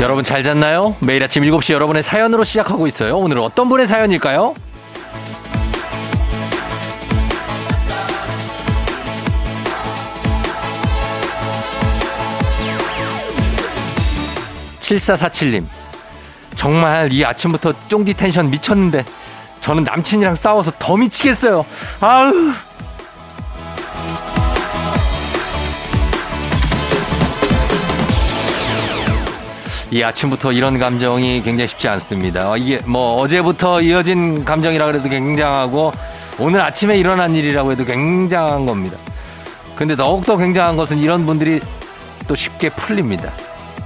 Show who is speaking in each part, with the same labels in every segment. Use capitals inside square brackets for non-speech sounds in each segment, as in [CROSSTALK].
Speaker 1: 여러분 잘 잤나요? 매일 아침 7시 여러분의 사연으로 시작하고 있어요. 오늘은 어떤 분의 사연일까요? 7447님. 정말 이 아침부터 쫑디 텐션 미쳤는데 저는 남친이랑 싸워서 더 미치겠어요. 아우. 이 아침부터 이런 감정이 굉장히 쉽지 않습니다. 어, 이게 뭐 어제부터 이어진 감정이라 그래도 굉장하고 오늘 아침에 일어난 일이라고 해도 굉장한 겁니다. 근데 더욱더 굉장한 것은 이런 분들이 또 쉽게 풀립니다.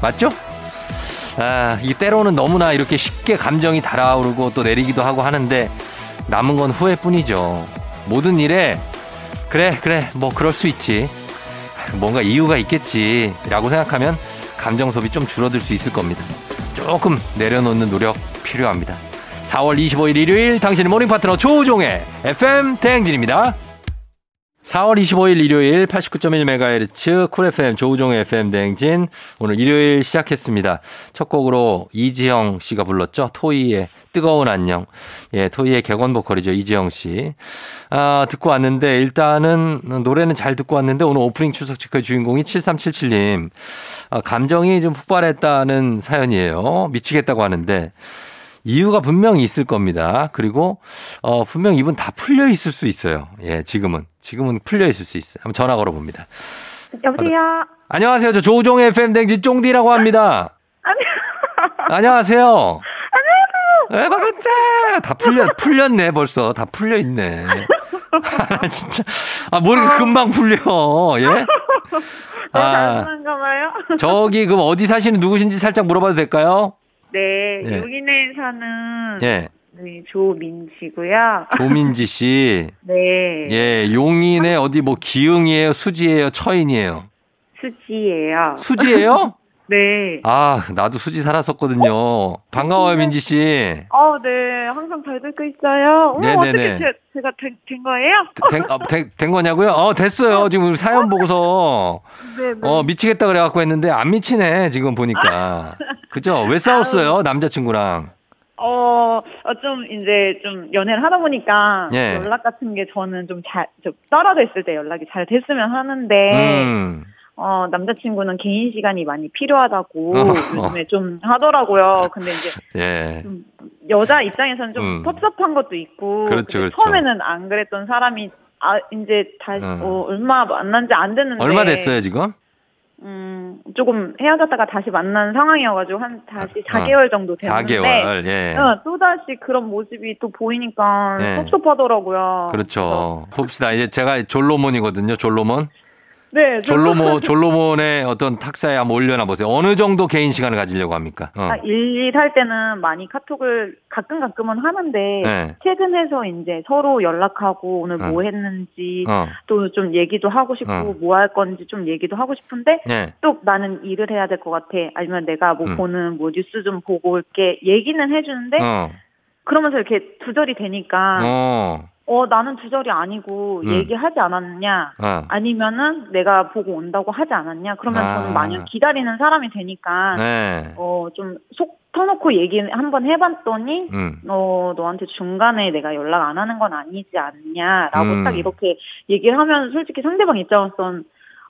Speaker 1: 맞죠? 아, 이 때로는 너무나 이렇게 쉽게 감정이 달아오르고 또 내리기도 하고 하는데 남은 건 후회뿐이죠. 모든 일에 그래 그래 뭐 그럴 수 있지 뭔가 이유가 있겠지라고 생각하면 감정 소비 좀 줄어들 수 있을 겁니다. 조금 내려놓는 노력 필요합니다. 4월 25일 일요일 당신의 모닝 파트너 조우종의 FM 대행진입니다. 4월 25일 일요일 89.1MHz 쿨 FM 조우종의 FM 대행진 오늘 일요일 시작했습니다. 첫 곡으로 이지영 씨가 불렀죠. 토이의 뜨거운 안녕. 예, 토이의 객원 보컬이죠. 이지영 씨. 아, 듣고 왔는데 일단은 노래는 잘 듣고 왔는데 오늘 오프닝 추석 체크의 주인공이 7377님. 아, 감정이 좀 폭발했다는 사연이에요. 미치겠다고 하는데 이유가 분명히 있을 겁니다. 그리고 어 분명 이분 다 풀려 있을 수 있어요. 예, 지금은 지금은 풀려 있을 수 있어요. 한번 전화 걸어 봅니다.
Speaker 2: 여보세요.
Speaker 1: 안녕하세요. 저 조종의 FM 댕지 쫑디라고 합니다. 안녕하세요. 안녕하세요. 에 반갑다. 다 풀려 풀렸네 벌써. 다 풀려 있네. 아, 진짜. 아, 모르게 금방 풀려. 예? 아,
Speaker 2: 잘하는가 봐요. [LAUGHS]
Speaker 1: 저기 그럼 어디 사시는 누구신지 살짝 물어봐도 될까요?
Speaker 2: 네,
Speaker 1: 예.
Speaker 2: 용인에 사는
Speaker 1: 예.
Speaker 2: 네, 조민지고요.
Speaker 1: 조민지 씨.
Speaker 2: 네,
Speaker 1: 예, 용인의 어디 뭐 기흥이에요, 수지예요, 처인이에요.
Speaker 2: 수지예요.
Speaker 1: 수지예요?
Speaker 2: [LAUGHS] 네.
Speaker 1: 아, 나도 수지 살았었거든요. 반가워요, 민지 씨.
Speaker 2: 어, 네, 항상 잘 듣고 있어요.
Speaker 1: 네, 네,
Speaker 2: 오늘
Speaker 1: 네.
Speaker 2: 어떻게 제, 제가 된, 된 거예요?
Speaker 1: 된, 어, 된, 된 거냐고요? 어, 됐어요. 지금 우리 사연 보고서
Speaker 2: 네, 네.
Speaker 1: 어 미치겠다 그래갖고 했는데 안 미치네 지금 보니까. 그죠? 왜 싸웠어요, 남자친구랑?
Speaker 2: 어, 어, 좀 이제 좀 연애를 하다 보니까
Speaker 1: 예.
Speaker 2: 연락 같은 게 저는 좀 잘, 좀 떨어져 있을 때 연락이 잘 됐으면 하는데,
Speaker 1: 음,
Speaker 2: 어, 남자친구는 개인 시간이 많이 필요하다고
Speaker 1: 어.
Speaker 2: 요즘에 좀 하더라고요. 근데 이제
Speaker 1: 예.
Speaker 2: 좀 여자 입장에서는 좀
Speaker 1: 음.
Speaker 2: 섭섭한 것도 있고
Speaker 1: 그렇죠,
Speaker 2: 근데
Speaker 1: 그렇죠.
Speaker 2: 처음에는 안 그랬던 사람이 아 이제 다시
Speaker 1: 음.
Speaker 2: 어, 얼마 만난 지 안 됐는데
Speaker 1: 얼마 됐어요 지금?
Speaker 2: 음 조금 헤어졌다가 다시 만난 상황이어가지고 한 다시
Speaker 1: 아,
Speaker 2: 4개월 정도 됐는데
Speaker 1: 4개월. 예.
Speaker 2: 네. 어, 또 다시 그런 모습이 또 보이니까
Speaker 1: 네.
Speaker 2: 섭섭하더라고요.
Speaker 1: 그렇죠. 봅시다. 이제 제가 졸로몬이거든요. 졸로몬.
Speaker 2: 네
Speaker 1: 졸로모 졸로몬의 어떤 탁사에 한번 올려놔 보세요. 어느 정도 개인 시간을 가지려고 합니까? 어.
Speaker 2: 아, 일일 할 때는 많이 카톡을 가끔 가끔은 하는데
Speaker 1: 네.
Speaker 2: 퇴근해서 이제 서로 연락하고 오늘
Speaker 1: 어.
Speaker 2: 뭐 했는지
Speaker 1: 어.
Speaker 2: 또 좀 얘기도 하고 싶고
Speaker 1: 어.
Speaker 2: 뭐 할 건지 좀 얘기도 하고 싶은데
Speaker 1: 예.
Speaker 2: 또 나는 일을 해야 될 것 같아 아니면 내가 뭐
Speaker 1: 음.
Speaker 2: 보는 뭐 뉴스 좀 보고 올게 얘기는 해주는데
Speaker 1: 어.
Speaker 2: 그러면서 이렇게 두절이 되니까
Speaker 1: 어.
Speaker 2: 어, 나는 두절이 아니고
Speaker 1: 음.
Speaker 2: 얘기하지 않았냐
Speaker 1: 어.
Speaker 2: 아니면은 내가 보고 온다고 하지 않았냐 그러면
Speaker 1: 아.
Speaker 2: 저는 마냥 기다리는 사람이 되니까
Speaker 1: 네.
Speaker 2: 어 좀 속 터놓고 얘기 한번 해봤더니
Speaker 1: 음.
Speaker 2: 어, 너한테 중간에 내가 연락 안 하는 건 아니지 않냐라고
Speaker 1: 음.
Speaker 2: 딱 이렇게 얘기를 하면 솔직히 상대방 입장에선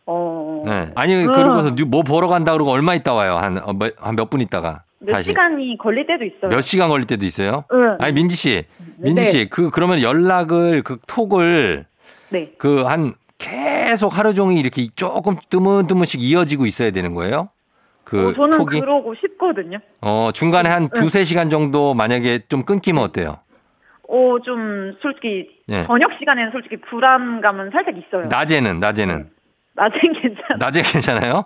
Speaker 2: 어,
Speaker 1: 네. 아니 그러고서 뉴- 뭐 보러 간다 그러고 얼마 있다 와요. 한한몇 분 있다가
Speaker 2: 몇
Speaker 1: 다시
Speaker 2: 시간이 걸릴 때도 있어요.
Speaker 1: 몇 시간 걸릴 때도 있어요?
Speaker 2: 응.
Speaker 1: 아니 민지 씨, 민지
Speaker 2: 네.
Speaker 1: 씨, 그 그러면 연락을 그 톡을
Speaker 2: 네.
Speaker 1: 그 한 계속 하루 종일 이렇게 조금 뜨문뜨문씩 이어지고 있어야 되는 거예요? 그
Speaker 2: 어, 저는
Speaker 1: 톡이
Speaker 2: 그러고 싶거든요.
Speaker 1: 어, 중간에 한 두세 시간 정도 만약에 좀 끊기면 어때요?
Speaker 2: 어, 좀 솔직히
Speaker 1: 예.
Speaker 2: 저녁 시간에는 솔직히 불안감은 살짝 있어요.
Speaker 1: 낮에는, 낮에는.
Speaker 2: 낮엔 괜찮아.
Speaker 1: 낮에 괜찮아요?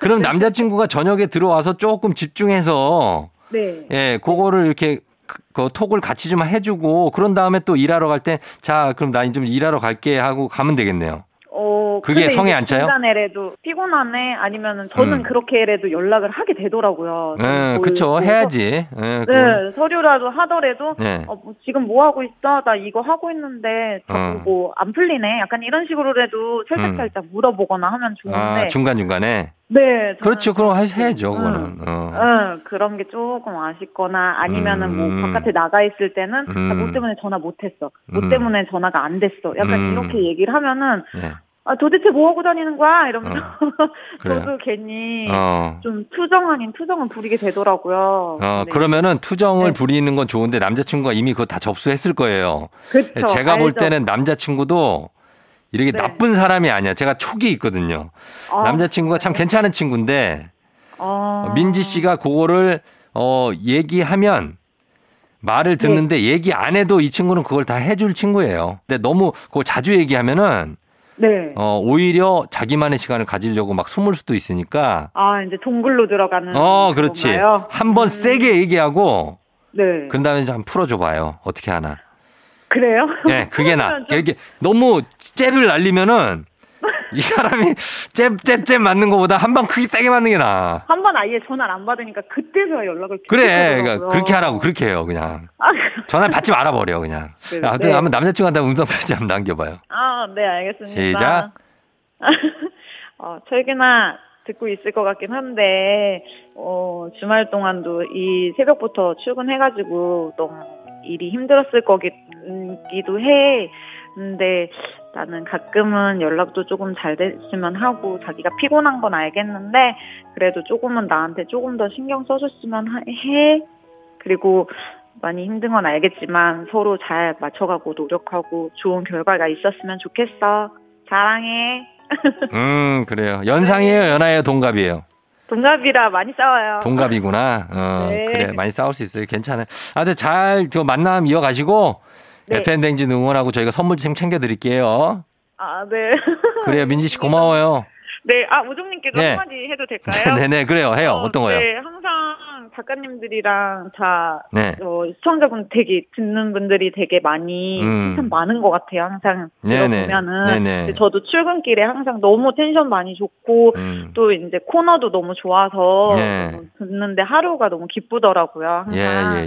Speaker 1: 그럼 남자친구가 저녁에 들어와서 조금 집중해서,
Speaker 2: 네.
Speaker 1: 예, 그거를 이렇게 그- 그 톡을 같이 좀 해주고, 그런 다음에 또 일하러 갈 때, 자, 그럼 나 좀 일하러 갈게 하고 가면 되겠네요.
Speaker 2: 어, 뭐
Speaker 1: 그게
Speaker 2: 근데
Speaker 1: 성에
Speaker 2: 이제
Speaker 1: 안 차요?
Speaker 2: 중간에라도 피곤하네 아니면은 저는
Speaker 1: 음.
Speaker 2: 그렇게라도 연락을 하게 되더라고요.
Speaker 1: 예,
Speaker 2: 뭐
Speaker 1: 그쵸.
Speaker 2: 이렇게
Speaker 1: 해야지. 예,
Speaker 2: 서-
Speaker 1: 그건.
Speaker 2: 네, 서류라도 하더라도
Speaker 1: 네.
Speaker 2: 어, 뭐 지금 뭐 하고 있어? 나 이거 하고 있는데 자꾸
Speaker 1: 어. 음.
Speaker 2: 뭐 안 풀리네. 약간 이런 식으로라도 살짝살짝 물어보거나 하면 좋은데.
Speaker 1: 아, 중간중간에.
Speaker 2: 네. 저는
Speaker 1: 그렇죠. 그럼 하- 해야죠.
Speaker 2: 음.
Speaker 1: 그거는. 어.
Speaker 2: 응, 그런 게 조금 아쉽거나 아니면은
Speaker 1: 음.
Speaker 2: 뭐 바깥에 나가 있을 때는 아,
Speaker 1: 음.
Speaker 2: 뭐 때문에 전화 못 했어. 뭐
Speaker 1: 음.
Speaker 2: 때문에 전화가 안 됐어. 약간
Speaker 1: 음.
Speaker 2: 이렇게 얘기를 하면은
Speaker 1: 예.
Speaker 2: 아, 도대체 뭐 하고 다니는 거야? 이러면서
Speaker 1: 어.
Speaker 2: [LAUGHS]
Speaker 1: 그래요.
Speaker 2: 저도 괜히
Speaker 1: 어.
Speaker 2: 좀 투정 아닌 투정을 부리게 되더라고요.
Speaker 1: 어,
Speaker 2: 네.
Speaker 1: 그러면은 투정을
Speaker 2: 네.
Speaker 1: 부리는 건 좋은데 남자친구가 이미 그거 다 접수했을 거예요.
Speaker 2: 그쵸,
Speaker 1: 제가 볼
Speaker 2: 알죠.
Speaker 1: 때는 남자친구도 이렇게
Speaker 2: 네.
Speaker 1: 나쁜 사람이 아니야. 제가 촉이 있거든요.
Speaker 2: 아,
Speaker 1: 남자친구가 참 괜찮은 친구인데
Speaker 2: 아.
Speaker 1: 민지 씨가 그거를 어, 얘기하면 말을
Speaker 2: 네.
Speaker 1: 듣는데 얘기 안 해도 이 친구는 그걸 다 해줄 친구예요. 근데 너무 그거 자주 얘기하면은
Speaker 2: 네.
Speaker 1: 어, 오히려 자기만의 시간을 가지려고 막 숨을 수도 있으니까
Speaker 2: 아, 이제 동굴로 들어가는.
Speaker 1: 어, 그렇지.
Speaker 2: 건가요?
Speaker 1: 한 번
Speaker 2: 음,
Speaker 1: 세게 얘기하고
Speaker 2: 네.
Speaker 1: 그 다음에 좀 풀어줘봐요. 어떻게 하나.
Speaker 2: 그래요?
Speaker 1: 예, 그게 나.
Speaker 2: 그러면 좀-
Speaker 1: 이게 너무 잽을 날리면은 이 사람이 잽, 잽, 잽 맞는 것보다 한 방 크게 세게 맞는 게 나아.
Speaker 2: [LAUGHS] 한 번 아예 전화를 안 받으니까 그때서야 연락을
Speaker 1: 그래.
Speaker 2: 주시더라고요.
Speaker 1: 그러니까 그렇게 하라고. 그렇게 해요. 그냥.
Speaker 2: 아,
Speaker 1: 전화 받지 말아버려. 그냥.
Speaker 2: 네,
Speaker 1: 아무튼
Speaker 2: 네.
Speaker 1: 한번 남자친구한테 음성편지 한번 남겨봐요.
Speaker 2: 아, 네, 알겠습니다.
Speaker 1: 시작.
Speaker 2: [LAUGHS] 어, 철균아, 듣고 있을 것 같긴 한데, 어, 주말 동안도 이 새벽부터 출근해가지고 너무 일이 힘들었을 거기도 해. 근데 나는 가끔은 연락도 조금 잘 됐으면 하고 자기가 피곤한 건 알겠는데 그래도 조금은 나한테 조금 더 신경 써줬으면 하- 해. 그리고 많이 힘든 건 알겠지만 서로 잘 맞춰가고 노력하고 좋은 결과가 있었으면 좋겠어. 사랑해.
Speaker 1: 음, 그래요.
Speaker 2: 네.
Speaker 1: 연상이에요? 연하예요? 동갑이에요?
Speaker 2: 동갑이라 많이 싸워요.
Speaker 1: 동갑이구나. 어,
Speaker 2: 아, 네.
Speaker 1: 그래. 많이 싸울 수 있어요. 괜찮아요. 아무튼 잘, 그 만남 이어가시고,
Speaker 2: 네.
Speaker 1: FM댕진 응원하고 저희가 선물 좀 챙겨드릴게요.
Speaker 2: 아, 네. [LAUGHS]
Speaker 1: 그래요. 민지 씨 고마워요.
Speaker 2: 네, 아, 우정님께도
Speaker 1: 네.
Speaker 2: 한마디 해도 될까요?
Speaker 1: [LAUGHS] 네네, 그래요. 해요.
Speaker 2: 어,
Speaker 1: 어떤 거요?
Speaker 2: 네, 항상 작가님들이랑 다,
Speaker 1: 네.
Speaker 2: 어, 시청자분 되게, 듣는 분들이 되게 많이,
Speaker 1: 음.
Speaker 2: 참 많은 것 같아요, 항상.
Speaker 1: 네네.
Speaker 2: 들어보면은.
Speaker 1: 네네.
Speaker 2: 근데 저도 출근길에 항상 너무 텐션 많이 좋고,
Speaker 1: 음.
Speaker 2: 또 이제 코너도 너무 좋아서
Speaker 1: 네.
Speaker 2: 너무 듣는데 하루가 너무 기쁘더라고요. 항상.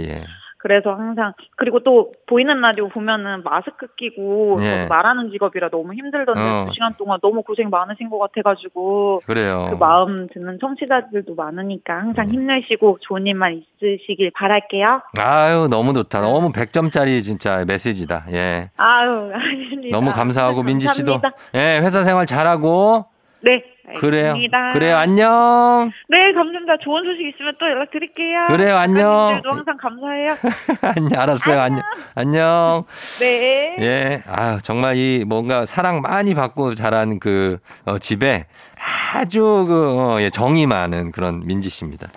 Speaker 1: 예, 예, 예.
Speaker 2: 그래서 항상 그리고 또 보이는 라디오 보면은 마스크 끼고
Speaker 1: 예.
Speaker 2: 저도 말하는 직업이라 너무 힘들던데
Speaker 1: 어.
Speaker 2: 두 시간 동안 너무 고생 많으신 것 같아가지고
Speaker 1: 그래요.
Speaker 2: 그 마음 듣는 청취자들도 많으니까 항상
Speaker 1: 어. 음.
Speaker 2: 힘내시고 좋은 일만 있으시길 바랄게요.
Speaker 1: 아유, 너무
Speaker 2: 네.
Speaker 1: 좋다. 너무 100점짜리 진짜 메시지다. 예.
Speaker 2: 아유 [LAUGHS] 아닙니다.
Speaker 1: 너무 감사하고 민지 씨도
Speaker 2: 감사합니다.
Speaker 1: 예, 회사 생활 잘하고
Speaker 2: 네
Speaker 1: 그래요.
Speaker 2: 알겠습니다.
Speaker 1: 그래요. 안녕. [LAUGHS]
Speaker 2: 네 감사합니다. 좋은 소식 있으면 또 연락 드릴게요.
Speaker 1: 그래요, 안녕.
Speaker 2: 작가님들도 항상 감사해요.
Speaker 1: 안녕. 알았어요. 안녕. 안녕. [LAUGHS]
Speaker 2: 네.
Speaker 1: 예. 아, 정말 이 뭔가 사랑 많이 받고 자란 그 어, 집에 아주 그 어, 예, 정이 많은 그런 민지 씨입니다.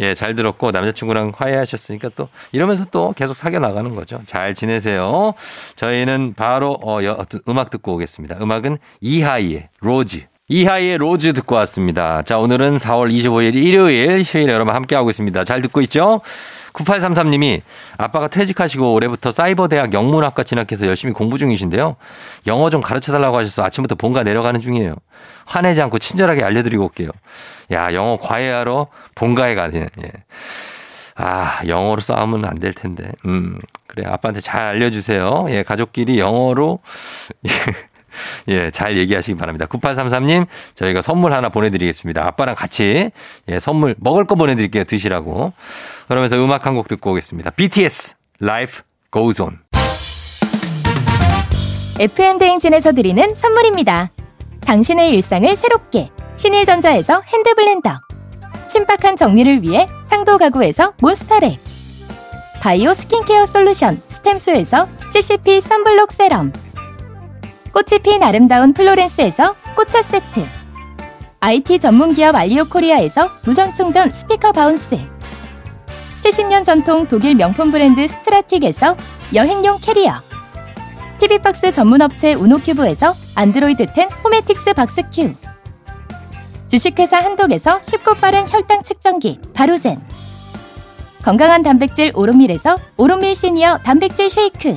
Speaker 1: 예, 잘 들었고 남자친구랑 화해하셨으니까 또 이러면서 또 계속 사겨 나가는 거죠. 잘 지내세요. 저희는 바로 어, 여- 음악 듣고 오겠습니다. 음악은 이하이의 로즈. 이하이의 로즈 듣고 왔습니다. 자, 오늘은 4월 25일 일요일 휴일 여러분 함께하고 있습니다. 잘 듣고 있죠? 9833님이 아빠가 퇴직하시고 올해부터 사이버대학 영문학과 진학해서 열심히 공부 중이신데요. 영어 좀 가르쳐 달라고 하셔서 아침부터 본가 내려가는 중이에요. 화내지 않고 친절하게 알려드리고 올게요. 야, 영어 과외하러 본가에 가네. 예. 아, 영어로 싸우면 안 될 텐데. 음, 그래. 아빠한테 잘 알려주세요. 예, 가족끼리 영어로. [LAUGHS] 예, 잘 얘기하시기 바랍니다. 9833님, 저희가 선물 하나 보내드리겠습니다. 아빠랑 같이, 예, 선물, 먹을 거 보내드릴게요. 드시라고. 그러면서 음악 한 곡 듣고 오겠습니다. BTS, Life Goes On.
Speaker 3: FM 대행진에서 드리는 선물입니다. 당신의 일상을 새롭게 신일전자에서 핸드블렌더 신박한 정리를 위해 상도 가구에서 몬스터랩 바이오 스킨케어 솔루션 스템수에서 CCP 선블록 세럼 꽃이 핀 아름다운 플로렌스에서 꽃차 세트 IT 전문기업 알리오 코리아에서 무선충전 스피커 바운스 70년 전통 독일 명품 브랜드 스트라틱에서 여행용 캐리어 TV박스 전문업체 우노큐브에서 안드로이드 10 호메틱스 박스큐 주식회사 한독에서 쉽고 빠른 혈당 측정기 바로젠 건강한 단백질 오롯밀에서 오롯밀 시니어 단백질 쉐이크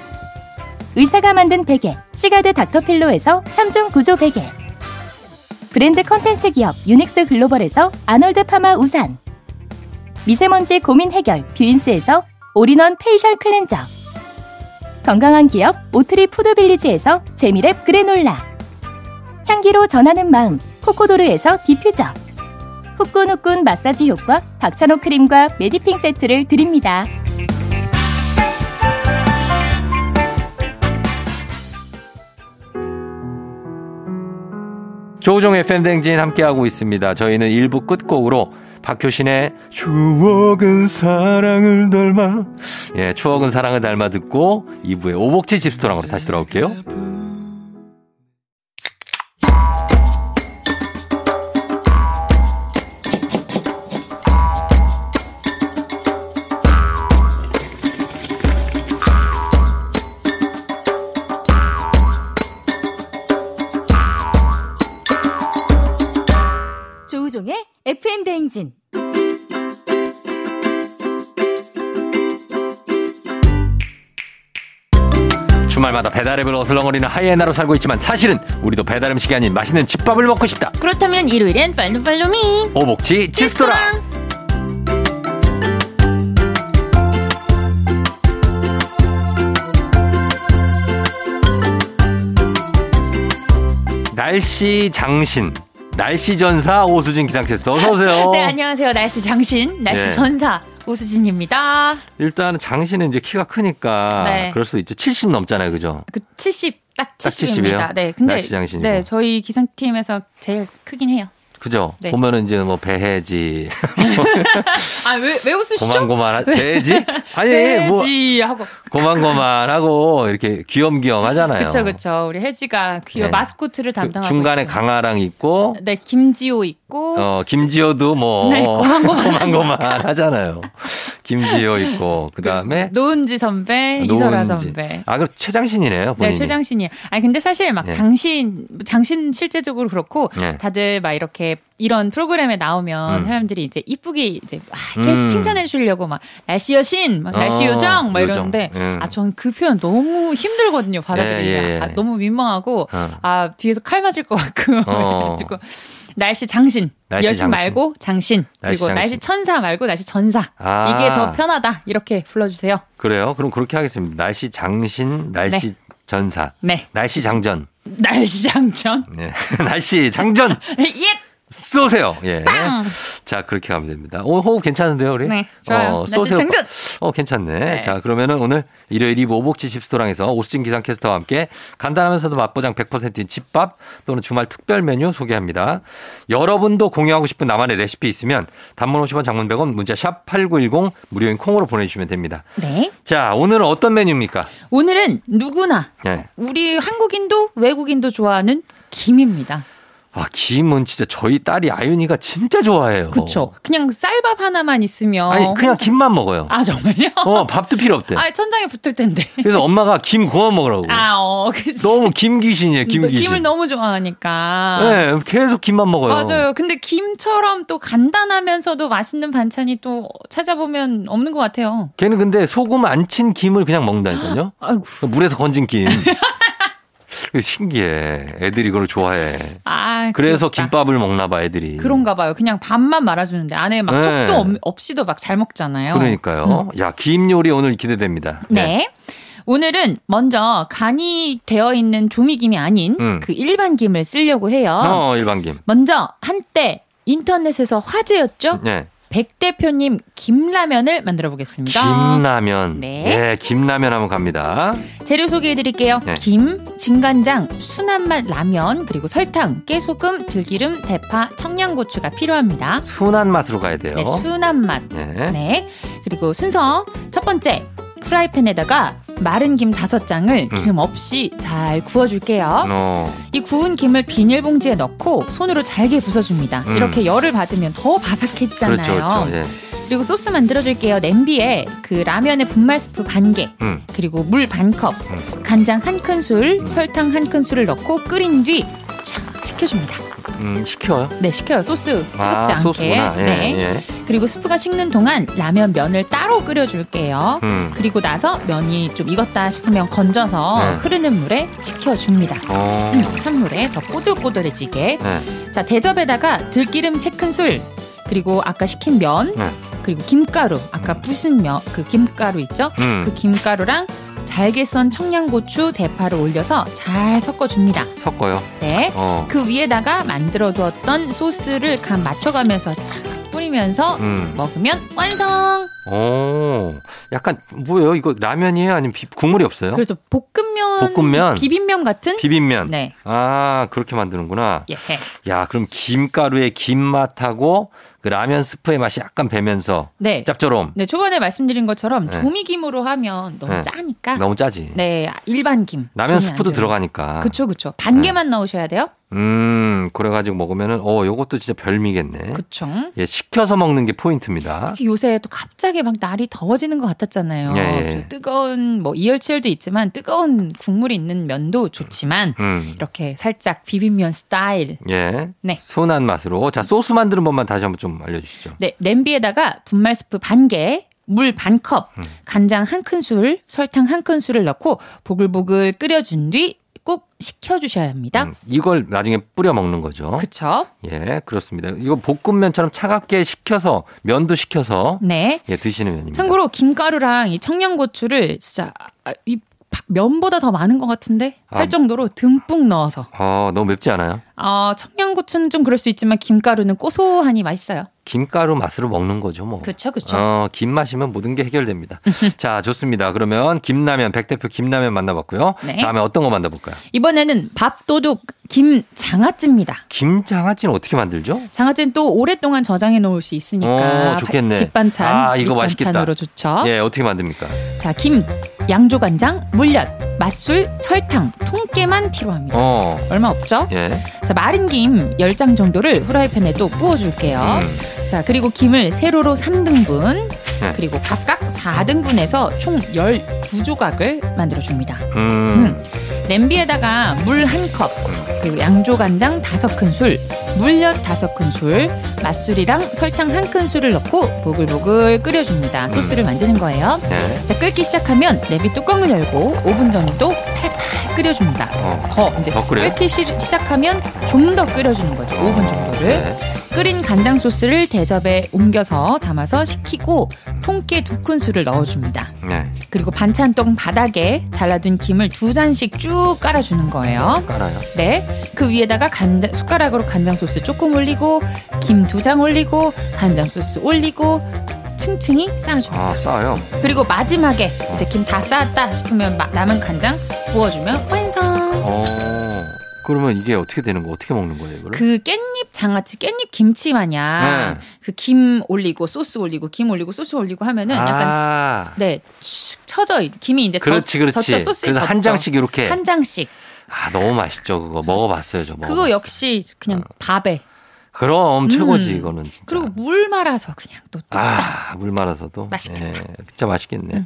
Speaker 3: 의사가 만든 베개 시가드 닥터필로에서 3중 구조 베개 브랜드 컨텐츠 기업 유닉스 글로벌에서 아놀드 파마 우산 미세먼지 고민 해결 뷰인스에서 올인원 페이셜 클렌저 건강한 기업 오트리 푸드빌리지에서 재미랩 그래놀라 향기로 전하는 마음 코코도르에서 디퓨저 후끈후끈 마사지 효과 박찬호 크림과 메디핑 세트를 드립니다.
Speaker 1: 조종의 팬댕진 함께하고 있습니다. 저희는 1부 끝곡으로 박효신의 추억은 사랑을 닮아 예, 추억은 사랑을 닮아 듣고 2부의 오복지 집스토랑으로 다시 돌아올게요.
Speaker 4: 조우종의 FM 대행진.
Speaker 1: 주말마다 배달앱을 어슬렁거리는 하이에나로 살고 있지만 사실은 우리도 배달 음식이 아닌 맛있는 집밥을 먹고 싶다.
Speaker 4: 그렇다면 일요일엔 팔로 팔로미.
Speaker 1: 오복지 집스토랑. 날씨 장신. 날씨 전사 오수진 기상캐스터 어서 오세요.
Speaker 4: [LAUGHS] 네 안녕하세요 날씨 장신 날씨
Speaker 1: 네.
Speaker 4: 전사 오수진입니다.
Speaker 1: 일단은 장신은 이제 키가 크니까
Speaker 4: 네.
Speaker 1: 그럴 수 있죠. 70 넘잖아요, 그죠?
Speaker 4: 그 70 딱
Speaker 1: 딱 70이에요?
Speaker 4: 70입니다. 네 근데
Speaker 1: 날씨 장신이고.
Speaker 4: 네 저희 기상팀에서 제일 크긴 해요.
Speaker 1: 그죠?
Speaker 4: 네.
Speaker 1: 보면은 이제 뭐
Speaker 4: [LAUGHS]
Speaker 1: 배해지,
Speaker 4: 아 왜 왜 웃으시죠?
Speaker 1: 고만고만 배지? 아니 뭐
Speaker 4: 해지 하고
Speaker 1: 고만고만하고 이렇게 귀염귀염 하잖아요.
Speaker 4: [LAUGHS] 그쵸 그쵸 우리 해지가 귀여
Speaker 1: 네.
Speaker 4: 마스코트를 담당하고
Speaker 1: 중간에
Speaker 4: 있죠.
Speaker 1: 강아랑 있고
Speaker 4: 네 김지호 있고
Speaker 1: 어 김지호도 뭐 [LAUGHS]
Speaker 4: 네, 고만고만
Speaker 1: 고만고만 하잖아요. 김지호 있고 그다음에
Speaker 4: 노은지 선배 네, 이설아
Speaker 1: 노은진.
Speaker 4: 선배
Speaker 1: 아 그럼 최장신이네요, 본인이.
Speaker 4: 네, 최장신이에요. 아니, 근데 사실 막
Speaker 1: 예.
Speaker 4: 장신, 장신 실제적으로 그렇고
Speaker 1: 예.
Speaker 4: 다들 막 이렇게 이런 프로그램에 나오면
Speaker 1: 음.
Speaker 4: 사람들이 이제 이쁘게 이제 막 이렇게
Speaker 1: 음.
Speaker 4: 칭찬해 주려고 막 날씨 여신, 막
Speaker 1: 어,
Speaker 4: 날씨 요정 막
Speaker 1: 요정.
Speaker 4: 이러는데
Speaker 1: 예.
Speaker 4: 아, 전 그 표현 너무 힘들거든요. 받아들이기.
Speaker 1: 예, 예, 예.
Speaker 4: 아, 너무 민망하고
Speaker 1: 어.
Speaker 4: 아, 뒤에서 칼 맞을 것 같고.
Speaker 1: 어.
Speaker 4: [LAUGHS] 그래가지고 날씨 장신.
Speaker 1: 날씨
Speaker 4: 여신
Speaker 1: 장신.
Speaker 4: 말고 장신
Speaker 1: 날씨
Speaker 4: 그리고
Speaker 1: 장신.
Speaker 4: 날씨 천사 말고 날씨 전사
Speaker 1: 아.
Speaker 4: 이게 더 편하다 이렇게 불러주세요.
Speaker 1: 그래요? 그럼 그렇게 하겠습니다. 날씨 장신, 날씨 전사,
Speaker 4: 네
Speaker 1: 날씨 장전,
Speaker 4: 날씨 장전 [LAUGHS]
Speaker 1: 예. [LAUGHS] 날씨 장전
Speaker 4: 예
Speaker 1: 쏘세요. 예.
Speaker 4: 빵!
Speaker 1: 자 그렇게 하면 됩니다. 오 호흡 괜찮은데요, 우리?
Speaker 4: 네, 좋아요. 날씨 장전!
Speaker 1: 어 괜찮네.
Speaker 4: 네.
Speaker 1: 자 그러면은 오늘 일요일 이브 오복지 집스토랑에서 오수진 기상캐스터와 함께 간단하면서도 맛보장 100%인 집밥 또는 주말 특별 메뉴 소개합니다. 여러분도 공유하고 싶은 나만의 레시피 있으면 단문 50원, 장문 100원, 문자 샵 #8910 무료인 콩으로 보내주시면 됩니다.
Speaker 4: 네.
Speaker 1: 자 오늘은 어떤 메뉴입니까?
Speaker 4: 오늘은 누구나
Speaker 1: 예.
Speaker 4: 우리 한국인도 외국인도 좋아하는 김입니다.
Speaker 1: 아, 김은 진짜 저희 딸이 아윤이가 진짜 좋아해요.
Speaker 4: 그쵸? 그냥 쌀밥 하나만 있으면
Speaker 1: 어. 아니, 그냥 김만 먹어요.
Speaker 4: 아 정말요?
Speaker 1: 어, 밥도 필요 없대.
Speaker 4: 아 천장에 붙을 텐데.
Speaker 1: 그래서 엄마가 김 그만 먹으라고.
Speaker 4: 아, 어, 그치.
Speaker 1: 너무 김귀신이에요, 김귀신.
Speaker 4: 김을 너무 좋아하니까.
Speaker 1: 네, 계속 김만 먹어요.
Speaker 4: 맞아요. 근데 김처럼 또 간단하면서도 맛있는 반찬이 또 찾아보면 없는 것 같아요.
Speaker 1: 걔는 근데 소금 안 친 김을 그냥 먹는다니까요.
Speaker 4: 아이고.
Speaker 1: 물에서 건진
Speaker 4: [LAUGHS]
Speaker 1: 김. 그게 신기해. 애들이 그걸 좋아해.
Speaker 4: 아,
Speaker 1: 그래서
Speaker 4: 귀엽다.
Speaker 1: 김밥을 먹나 봐, 애들이.
Speaker 4: 그런가 봐요. 그냥 밥만 말아주는데 안에 막
Speaker 1: 네.
Speaker 4: 속도 없, 없이도 막 잘 먹잖아요.
Speaker 1: 그러니까요. 야, 김 요리 오늘 기대됩니다.
Speaker 4: 음. 네. 오늘은 먼저 간이 되어 있는 조미김이 아닌
Speaker 1: 음.
Speaker 4: 그 일반 김을 쓰려고 해요.
Speaker 1: 어, 일반김.
Speaker 4: 먼저 한때 인터넷에서 화제였죠.
Speaker 1: 네.
Speaker 4: 백 대표님 김라면을 만들어 보겠습니다.
Speaker 1: 김라면.
Speaker 4: 네.
Speaker 1: 예, 김라면 한번 갑니다.
Speaker 4: 재료 소개해 드릴게요.
Speaker 1: 네.
Speaker 4: 김, 진간장, 순한맛 라면, 그리고 설탕, 깨소금, 들기름, 대파, 청양고추가 필요합니다.
Speaker 1: 순한 맛으로 가야 돼요.
Speaker 4: 네, 순한맛.
Speaker 1: 예.
Speaker 4: 네. 그리고 순서 첫 번째 프라이팬에다가 마른 김 다섯
Speaker 1: 음.
Speaker 4: 장을 기름 없이 잘 구워줄게요.
Speaker 1: 어,
Speaker 4: 이 구운 김을 비닐봉지에 넣고 손으로 잘게 부숴줍니다.
Speaker 1: 음.
Speaker 4: 이렇게 열을 받으면 더 바삭해지잖아요.
Speaker 1: 그렇죠, 그렇죠. 예.
Speaker 4: 리고 소스 만들어줄게요. 냄비에 그 라면의 분말 스프 반 개,
Speaker 1: 음.
Speaker 4: 그리고 물 반 컵,
Speaker 1: 음.
Speaker 4: 간장 한 큰술, 설탕 한 큰술을 넣고 끓인 뒤. 착 식혀줍니다.
Speaker 1: 음, 시켜요.
Speaker 4: 네, 식혀요. 소스 뜨겁지
Speaker 1: 아,
Speaker 4: 않게.
Speaker 1: 소스구나. 예,
Speaker 4: 네.
Speaker 1: 예.
Speaker 4: 그리고 스프가 식는 동안 라면 면을 따로 끓여줄게요.
Speaker 1: 음.
Speaker 4: 그리고 나서 면이 좀 익었다 싶으면 건져서
Speaker 1: 네.
Speaker 4: 흐르는 물에 식혀줍니다.
Speaker 1: 어.
Speaker 4: 음, 찬물에 더 꼬들꼬들해지게.
Speaker 1: 예.
Speaker 4: 자, 대접에다가 들기름 세큰술 그리고 아까 식힌 면,
Speaker 1: 네.
Speaker 4: 그리고 김가루, 아까 부순 면, 그 김가루 있죠?
Speaker 1: 음.
Speaker 4: 그 김가루랑 잘게 썬 청양고추, 대파를 올려서 잘 섞어줍니다.
Speaker 1: 섞어요.
Speaker 4: 네.
Speaker 1: 어.
Speaker 4: 그 위에다가 만들어 두었던 소스를 간 맞춰가면서 착 뿌리면서
Speaker 1: 음.
Speaker 4: 먹으면 완성!
Speaker 1: 오. 약간 뭐예요? 이거 라면이에요? 아니면 비- 국물이 없어요?
Speaker 4: 그래서 볶음면,
Speaker 1: 볶음면?
Speaker 4: 비빔면 같은?
Speaker 1: 비빔면.
Speaker 4: 그렇죠. 네.
Speaker 1: 아, 그렇게 만드는구나.
Speaker 4: 예.
Speaker 1: 야, 그럼 김가루의 김맛하고 그 라면 스프의 맛이 약간 배면서
Speaker 4: 네.
Speaker 1: 짭조름.
Speaker 4: 네, 초반에 말씀드린 것처럼
Speaker 1: 네.
Speaker 4: 조미김으로 하면 너무
Speaker 1: 네.
Speaker 4: 짜니까.
Speaker 1: 너무 짜지.
Speaker 4: 네, 일반 김.
Speaker 1: 라면 스프도 들어가니까.
Speaker 4: 그쵸, 그쵸. 반
Speaker 1: 네.
Speaker 4: 개만 넣으셔야 돼요.
Speaker 1: 음, 그래가지고 먹으면은, 어, 요것도 진짜 별미겠네. 아.
Speaker 4: 그쵸.
Speaker 1: 예, 식혀서 먹는 게 포인트입니다.
Speaker 4: 특히 요새 또 갑자기 막 날이 더워지는 것 같았잖아요.
Speaker 1: 예, 예.
Speaker 4: 또 뜨거운 뭐 이열치열도 있지만 뜨거운 국물이 있는 면도 좋지만
Speaker 1: 음,
Speaker 4: 이렇게 살짝 비빔면 스타일.
Speaker 1: 예.
Speaker 4: 네.
Speaker 1: 순한 맛으로. 자, 소스 만드는 법만 다시 한번 좀 알려주시죠.
Speaker 4: 네, 냄비에다가 분말 스프 반 개, 물 반 컵,
Speaker 1: 음.
Speaker 4: 간장 한 큰술, 설탕 한 큰술을 넣고 보글보글 끓여준 뒤 꼭 식혀주셔야 합니다.
Speaker 1: 음, 이걸 나중에 뿌려 먹는 거죠.
Speaker 4: 그쵸?
Speaker 1: 예, 그렇습니다. 이거 볶음면처럼 차갑게 식혀서, 면도 식혀서,
Speaker 4: 네.
Speaker 1: 예, 드시는 면입니다.
Speaker 4: 참고로 김가루랑 이 청양고추를 진짜 아, 이 파- 면보다 더 많은 것 같은데
Speaker 1: 아.
Speaker 4: 할 정도로 듬뿍 넣어서
Speaker 1: 어, 너무 맵지 않아요?
Speaker 4: 아 청양고추는 좀 그럴 수 있지만 김가루는 고소하니 맛있어요.
Speaker 1: 김가루 맛으로 먹는 거죠, 뭐.
Speaker 4: 그렇죠, 그렇죠.
Speaker 1: 어, 김 마시면 모든 게 해결됩니다.
Speaker 4: [LAUGHS]
Speaker 1: 자, 좋습니다. 그러면 김라면, 백 대표 김라면 만나봤고요.
Speaker 4: 네.
Speaker 1: 다음에 어떤 거 만나볼까요?
Speaker 4: 이번에는 밥도둑 김장아찌입니다.
Speaker 1: 김장아찌는 어떻게 만들죠?
Speaker 4: 장아찌는 또 오랫동안 저장해 놓을 수 있으니까
Speaker 1: 어, 좋겠네.
Speaker 4: 바- 집반찬,
Speaker 1: 아, 이거 맛있겠다.
Speaker 4: 밑반찬으로 좋죠.
Speaker 1: 예, 어떻게 만듭니까?
Speaker 4: 자, 김, 양조간장, 물엿, 맛술, 설탕, 통깨만 필요합니다.
Speaker 1: 어,
Speaker 4: 얼마 없죠?
Speaker 1: 예.
Speaker 4: 자, 마른 김 10장 정도를 후라이팬에 또 구워줄게요.
Speaker 1: 음,
Speaker 4: 자, 그리고 김을 세로로 3등분,
Speaker 1: 네.
Speaker 4: 그리고 각각 4등분해서 총 12조각을 만들어줍니다.
Speaker 1: 음,
Speaker 4: 냄비에다가 물 한 컵, 그리고 양조간장 5큰술, 물엿 5큰술, 맛술이랑 설탕 한 큰술을 넣고 보글보글 끓여줍니다.
Speaker 1: 음.
Speaker 4: 소스를 만드는 거예요.
Speaker 1: 예.
Speaker 4: 자, 끓기 시작하면 냄비 뚜껑을 열고 5분 정도 팔팔 끓여줍니다.
Speaker 1: 어.
Speaker 4: 더 이제
Speaker 1: 더 끓여요?
Speaker 4: 끓기 시, 작하면 좀 더 끓여주는 거죠. 5분 정도를.
Speaker 1: 네.
Speaker 4: 끓인 간장 소스를 대접에 옮겨서 담아서 식히고 통깨 두 큰술을 넣어줍니다.
Speaker 1: 네.
Speaker 4: 그리고 반찬통 바닥에 잘라둔 김을 두 잔씩 쭉 깔아주는 거예요.
Speaker 1: 뭐 깔아요.
Speaker 4: 네. 그 위에다가 간장, 숟가락으로 간장 소스 조금 올리고 김 두 장 올리고 간장 소스 올리고 층층이 쌓아줍니다.
Speaker 1: 아, 싸요.
Speaker 4: 그리고 마지막에 이제 김 다 쌓았다 싶으면 마- 남은 간장 부어주면 완성.
Speaker 1: 어. 그러면 이게 어떻게 되는 거? 어떻게 먹는 거예요, 이거를?
Speaker 4: 그 깻잎 장아찌 깻잎 김치 마냥
Speaker 1: 네.
Speaker 4: 그 김 올리고 소스 올리고 김 올리고 소스 올리고 하면은 약간
Speaker 1: 아.
Speaker 4: 네, 축 쳐져 있- 김이 이제
Speaker 1: 그렇지,
Speaker 4: 젖-
Speaker 1: 그렇지.
Speaker 4: 젖죠 소스
Speaker 1: 그래서 한 장씩 이렇게.
Speaker 4: 한 장씩.
Speaker 1: 아, 너무 맛있죠, 그거. 먹어봤어요, 저.
Speaker 4: 그거
Speaker 1: 먹어봤어요.
Speaker 4: 역시 그냥 밥에
Speaker 1: 그럼 최고지,
Speaker 4: 음.
Speaker 1: 이거는 진짜.
Speaker 4: 그리고 물 말아서 그냥 또 또.
Speaker 1: 아, 물 말아서도.
Speaker 4: 맛있겠다. 음.
Speaker 1: 예, 진짜 맛있겠네.